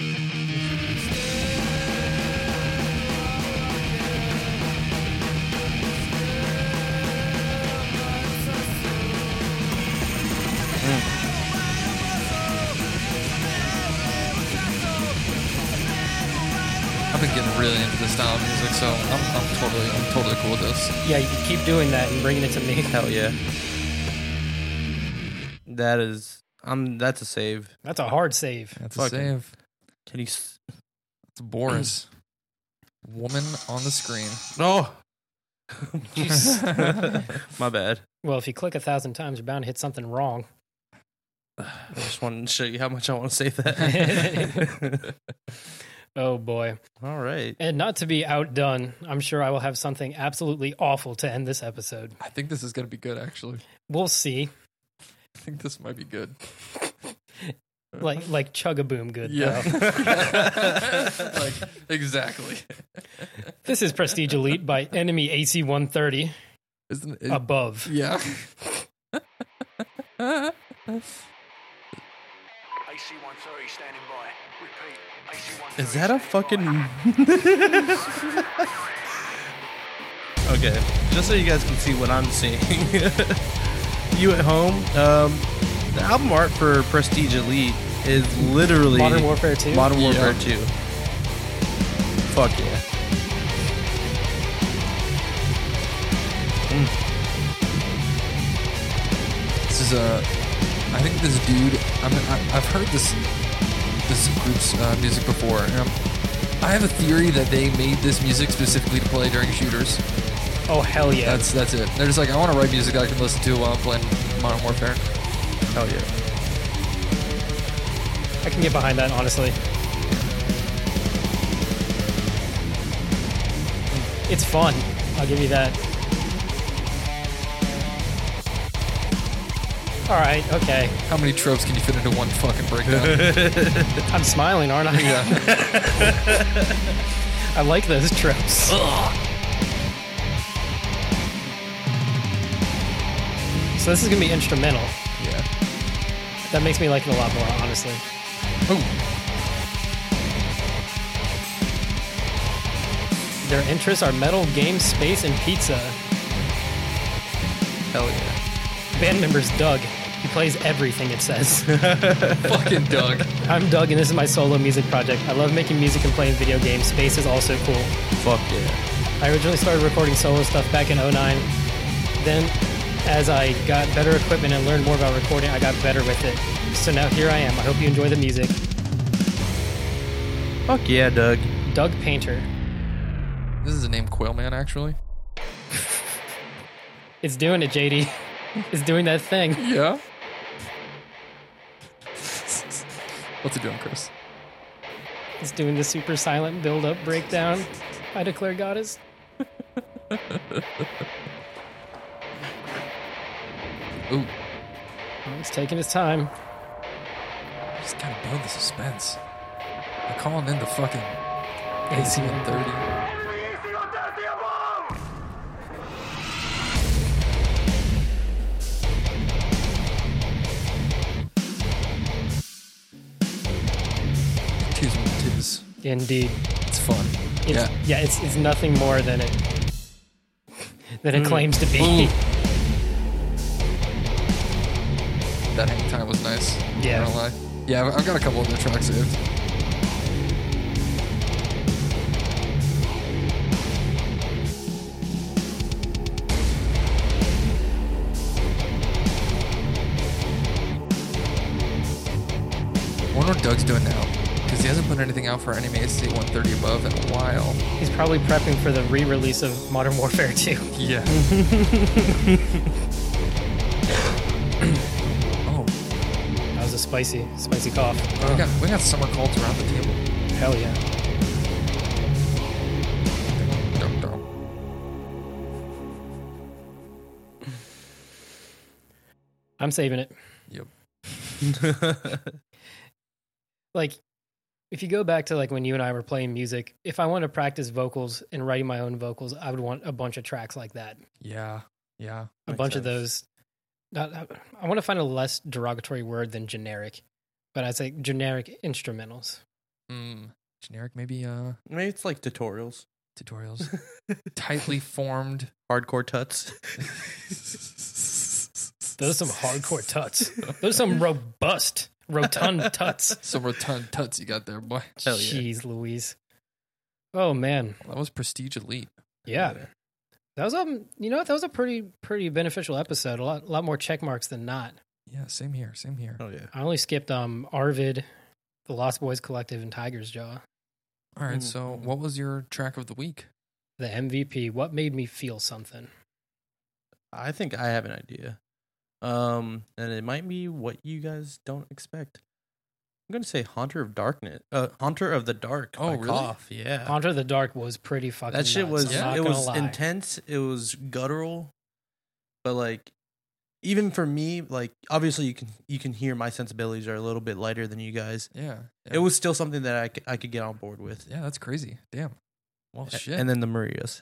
A: I've been getting really into this style of music, so I'm, I'm totally, I'm totally cool with this.
B: Yeah, you can keep doing that and bringing it to me.
C: Hell yeah. That is. I'm. That's a save.
B: That's a hard save.
A: That's
C: Fucking-
A: a save.
C: Can you? s-
A: It's Boris. Woman on the screen.
C: Oh,
B: Jeez.
C: my bad.
B: well, if you click a thousand times, you're bound to hit something wrong.
C: I just wanted to show you how much I want to say that.
B: Oh boy.
C: All right.
B: And not to be outdone, I'm sure I will have something absolutely awful to end this episode.
A: I think this is going to be good, actually.
B: We'll see.
A: I think this might be good.
B: Like like chugaboom good
A: Yeah.
B: though.
A: like, exactly.
B: This is Prestige Elite by Enemy AC 130 Uh,
A: Isn't it?
B: above.
A: yeah.
H: AC-130 standing by. Repeat, AC-130
C: Is that a fucking?
H: standing
C: okay, just so you guys can see what I'm seeing, you at home, um, the album art for Prestige Elite is literally
B: Modern Warfare 2?
C: Modern
A: Yeah.
C: Warfare Two. Fuck yeah.
A: This is a. I think this dude. I'm, I, I've heard this this group's uh, music before. And I'm- I have a theory that they made this music specifically to play during shooters.
B: Oh hell yeah!
A: That's that's it. They're just like, I want to write music I can listen to while I'm playing Modern Warfare.
C: Hell yeah.
B: I can get behind that honestly. It's fun. I'll give you that. All right. Okay.
A: How many tropes can you fit into one fucking breakdown?
B: I'm smiling, aren't I?
A: yeah.
B: I like those tropes. So this is gonna be instrumental.
A: Yeah.
B: That makes me like it a lot more, honestly.
A: Oh,
B: Their interests are metal, games, space, and pizza.
C: Hell yeah.
B: Band members Doug. He plays everything it says.
A: fucking Doug.
B: I'm Doug, and this is my solo music project. I love making music and playing video games. Space is also cool.
C: Fuck yeah.
B: I originally started recording solo stuff back in 09. Then, as I got better equipment and learned more about recording, I got better with it. So now here I am. I hope you enjoy the music.
C: Fuck yeah, Doug.
B: Doug Painter.
A: This is a name Quailman actually.
B: It's doing it, JD. It's doing that thing.
A: Yeah. What's it doing, Chris?
B: It's doing the super silent build up breakdown. I declare goddess.
A: Ooh,
B: It's taking its time.
A: just gotta build the suspense. I'm calling in the fucking
B: AC
A: AC-130. Tis what it is.
B: Indeed.
A: It's fun.
B: It's,
A: yeah.
B: yeah, it's, it's nothing more than it than it claims to be.
A: Ooh. That hang time was nice.
B: Yeah.
A: Not gonna lie. Yeah, I've- I've got a couple other tracks saved. I wonder what Doug's doing now. Because he hasn't put anything out for Enemy AC 130 above in a while.
B: He's probably prepping for the re-release of Modern Warfare 2.
A: Yeah. oh,
B: That was a spicy, spicy cough.
A: we got, we got summer colds around the table.
B: Hell yeah.
A: Dum, dum.
B: I'm saving it.
A: Yep.
B: Like, if you go back to like when you and I were playing music, if I want to practice vocals and writing my own vocals, I would want a bunch of tracks like that.
A: Yeah. Yeah.
B: a
C: Makes
B: bunch of
C: sense.
B: those. Not, I, I want to find a less derogatory word than generic, but I'd say generic instrumentals.
A: Mm. Generic, maybe uh,
C: Maybe it's like tutorials.
A: tutorials. Tightly formed.
C: Hardcore tuts.
B: Those are some hardcore tuts. Those are some robust, rotund tuts.
A: Some rotund tuts you got there, boy.
C: Hell yeah.
B: Jeez Louise. Oh, man.
A: That was prestige elite.
B: Yeah. That was um, you know, what? that was a pretty pretty beneficial episode. A lot, lot more check marks than not.
A: Yeah, same here. Same here.
C: Oh yeah.
B: I only skipped um Arvid, the Lost Boys Collective, and Tiger's Jaw.
A: All right.
C: Mm.
A: So, what was your track of the week?
B: The MVP. What made me feel something?
C: I think I have an idea. Um, and it might be what you guys don't expect. I'm gonna say Haunter of Darkness. Uh, Haunter of the Dark.
A: Oh,
C: by
A: really?
C: Koff, Yeah.
B: Haunter of the Dark was pretty fucking.
C: That shit
B: nuts,
C: was.
B: I'm not
C: It
B: gonna
C: was
B: lie.
C: intense. It was guttural, but like, even for me, like obviously you can you can hear my sensibilities are a little bit lighter than you guys.
A: Yeah. yeah.
C: It was still something that I could, I could get on board with.
A: Yeah, that's crazy. Damn. Well,
C: A-
A: shit.
C: And then the Marias.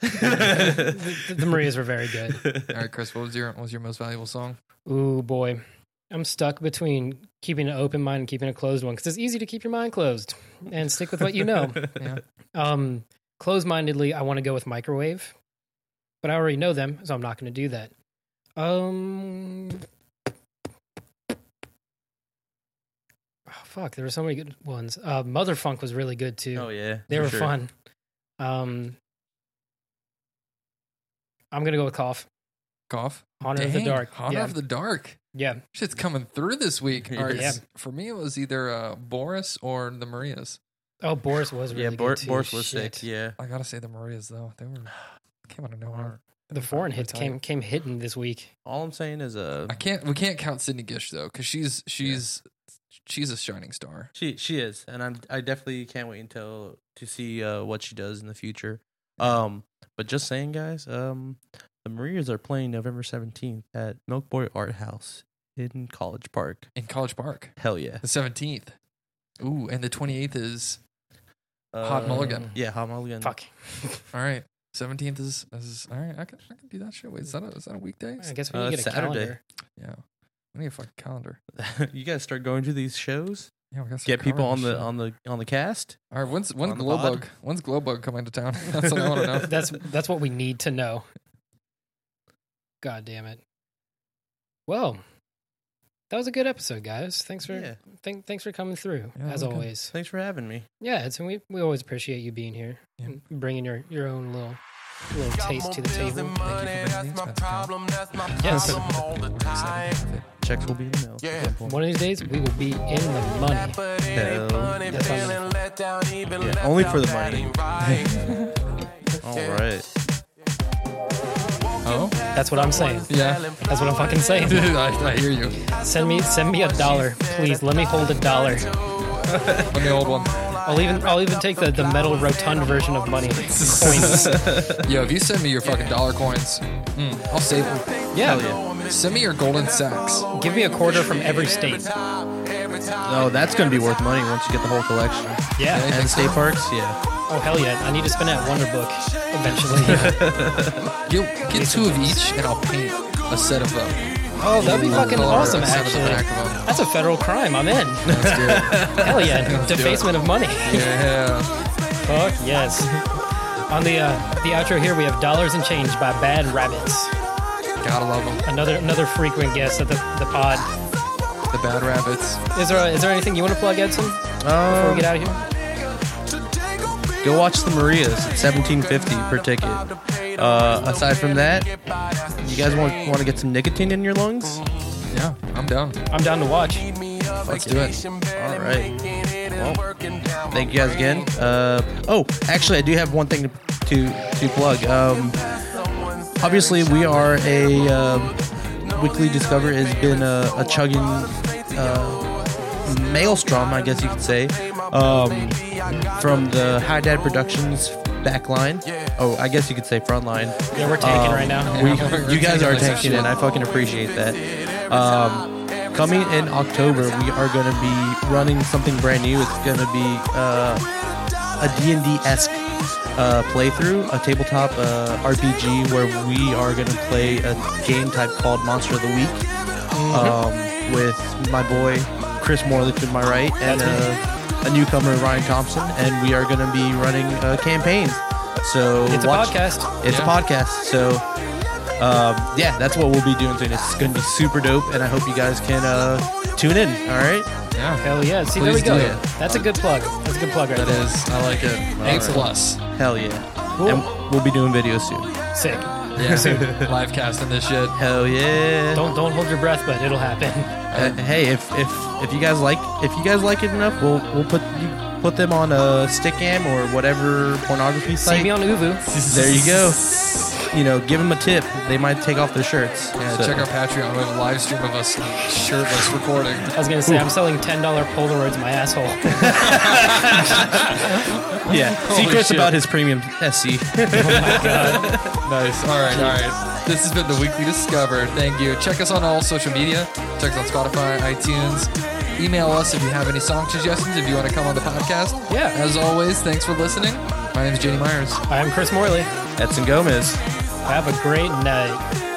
B: The, the Marias were very good.
A: All right, Chris. What was your what was your most valuable song?
B: Ooh boy, I'm stuck between keeping an open mind and keeping a closed one because it's easy to keep your mind closed and stick with what you know.
A: Yeah.
B: Um, closed mindedly, I want to go with microwave, but I already know them, so I'm not going to do that. Um, oh, fuck, there were so many good ones. Uh, Mother Funk was really good too.
C: Oh yeah,
B: they
C: for
B: were
C: sure.
B: fun. Um, I'm gonna go with Cough.
A: Cough.
B: Honor of the
A: Dang,
B: Dark.
A: Honor
B: yeah.
A: of the Dark.
B: yeah.
A: Shit's coming through this week.
C: Yeah.
A: All right,
B: Yeah.
A: For me, it was either uh, Boris or the Marias.
B: Oh, Boris was really
C: yeah,
B: good
C: Bor-
B: too.
C: Boris was
B: Shit.
C: sick. Yeah,
A: I gotta say the Marias though. They were came out of nowhere.
B: The foreign hits
A: Retired.
B: came came hitting this week.
C: all I'm saying is uh,
A: I can't. We can't count Sydney Gish though, because she's she's she's a shining star.
C: she she is, and I'm I definitely can't wait until to see uh what she does in the future. Um, but just saying, guys, um, the Marias are playing November 17th at Milk Boy Art House in College Park.
A: in College Park.
C: Hell yeah,
A: The seventeenth. Ooh, and the twenty eighth is Hot
C: Uh,
A: Mulligan.
C: Yeah, Hot Mulligan.
B: Fuck.
A: all right. Seventeenth is, is all right. I can I can do that shit. Wait, is that a, is that a weekday?
B: I guess we need
C: Uh,
B: to get a
C: Saturday.
B: calendar.
A: Yeah, we need a fucking calendar.
C: you guys start going to these shows.
A: Yeah, we got some
C: Get people on
A: covering
C: the
A: shit.
C: on the on the cast.
A: All right, when's when's
C: on the
A: Glowbug?
C: pod.
A: When's Glowbug coming to town? That's what I want to know.
B: That's that's what we need to know. God damn it. Well, that was a good episode, guys. Thanks for
C: Yeah.
B: thank, thanks for coming through
A: Yeah,
B: as
A: we're good.
B: always.
C: Thanks for having me.
B: Yeah, it's we we always appreciate you being here,
A: Yeah.
B: and bringing your your own little little taste to the table. Yes.
C: Checks will be in the mail.
E: Yeah.
B: One of these days, we will be in the money. That's on me.
C: Yeah, only for the money. All right.
A: Oh,
B: That's what I'm saying.
A: yeah.
B: That's what I'm fucking saying.
A: I, I hear you
B: Send me send me a dollar, please. Let me hold a dollar.
A: on the old one.
B: I'll even I'll even take the, the metal rotund version of money coins.
A: Yo, if you send me your fucking dollar coins, mm, I'll save them.
B: Yeah,
C: Hell yeah.
A: Send me your golden sacks.
B: give me a quarter from every state.
C: Oh, that's going to be worth money once you get the whole collection.
B: Yeah.
C: And state parks? Yeah.
B: Oh hell yeah! I need to spend that Wonder Book eventually.
A: Get, get two of each, and I'll paint a set of them.
B: oh, that'd be fucking
A: Color
B: awesome.
A: a set of the back
B: Actually,
A: of them.
B: that's a federal crime. I'm in. Hell yeah!
A: do it.
B: Defacement of money.
A: Yeah.
B: Fuck yes. On the uh, the outro here, we have "Dollars and Change" by Bad Rabbits.
A: Gotta love them.
B: Another another frequent guest at the the pod.
A: The Bad Rabbits.
B: Is there is there anything you want to plug, Edson? Before we get out of here.
C: Go watch the Marias at seventeen fifty per ticket. Uh, aside from that, you guys want want to get some nicotine in your lungs?
A: Yeah, I'm down.
B: I'm down to watch.
A: Let's do it.
C: All right. Well, thank you guys again. Uh, oh, actually, I do have one thing to to, to plug. Um, obviously, we are a um, weekly discover has been a, a chugging uh, maelstrom, I guess you could say, um, from the High Dad Productions backline. Oh, I guess you could say frontline.
B: Yeah, we're tanking
C: Um,
B: right now.
C: We,
A: We're
C: you guys
A: taking
C: are
A: this
C: taking it. I fucking appreciate that. Um, coming in October, we are going to be running something brand new. It's going to be uh, a D&D esque uh, playthrough, a tabletop uh, RPG where we are going to play a game type called Monster of the Week um, with my boy Chris Morley to my right and uh, a newcomer Ryan Thompson, and we are going to be running uh, campaigns. So
B: It's a
C: watch-
B: podcast.
C: it's
A: Yeah.
C: a podcast. So, um, yeah, that's what we'll be doing soon. It's going to be super dope, and I hope you guys can uh, tune in. All right.
A: Yeah.
B: Hell yeah! See, there we
A: Please
B: go.
A: do it.
B: That's a good plug. That's a good plug right
A: That
B: there.
A: is. I like it. Thanks, plus.
C: Hell yeah. And we'll be doing videos soon.
B: Sick.
A: Yeah. Live casting this shit.
C: Hell yeah.
B: Don't don't hold your breath, but it'll happen.
C: Uh, hey, if, if if you guys like if you guys like it enough, we'll we'll put you put them on a Stickam or whatever pornography
B: See
C: site.
B: me on Uvu.
C: there you go. You know, give them a tip. They might take off their shirts.
A: Yeah,
C: So-
A: check our Patreon. We have a live stream of us shirtless recording.
B: I was gonna say I'm selling ten dollar Polaroids in my asshole. Oh
C: Yeah. See
A: Holy
C: Chris
A: shit.
C: about his premium E, SC.
B: my god.
A: Nice. All right, all right. This has been the Weekly Discover. Thank you. Check us on all social media. Check us on Spotify, iTunes. Email us if you have any song suggestions, if you want to come on the podcast.
B: Yeah.
A: As always, thanks for listening. My name is Jenny Myers.
B: I'm Chris Morley.
C: Edson Gomez.
B: Have a great night.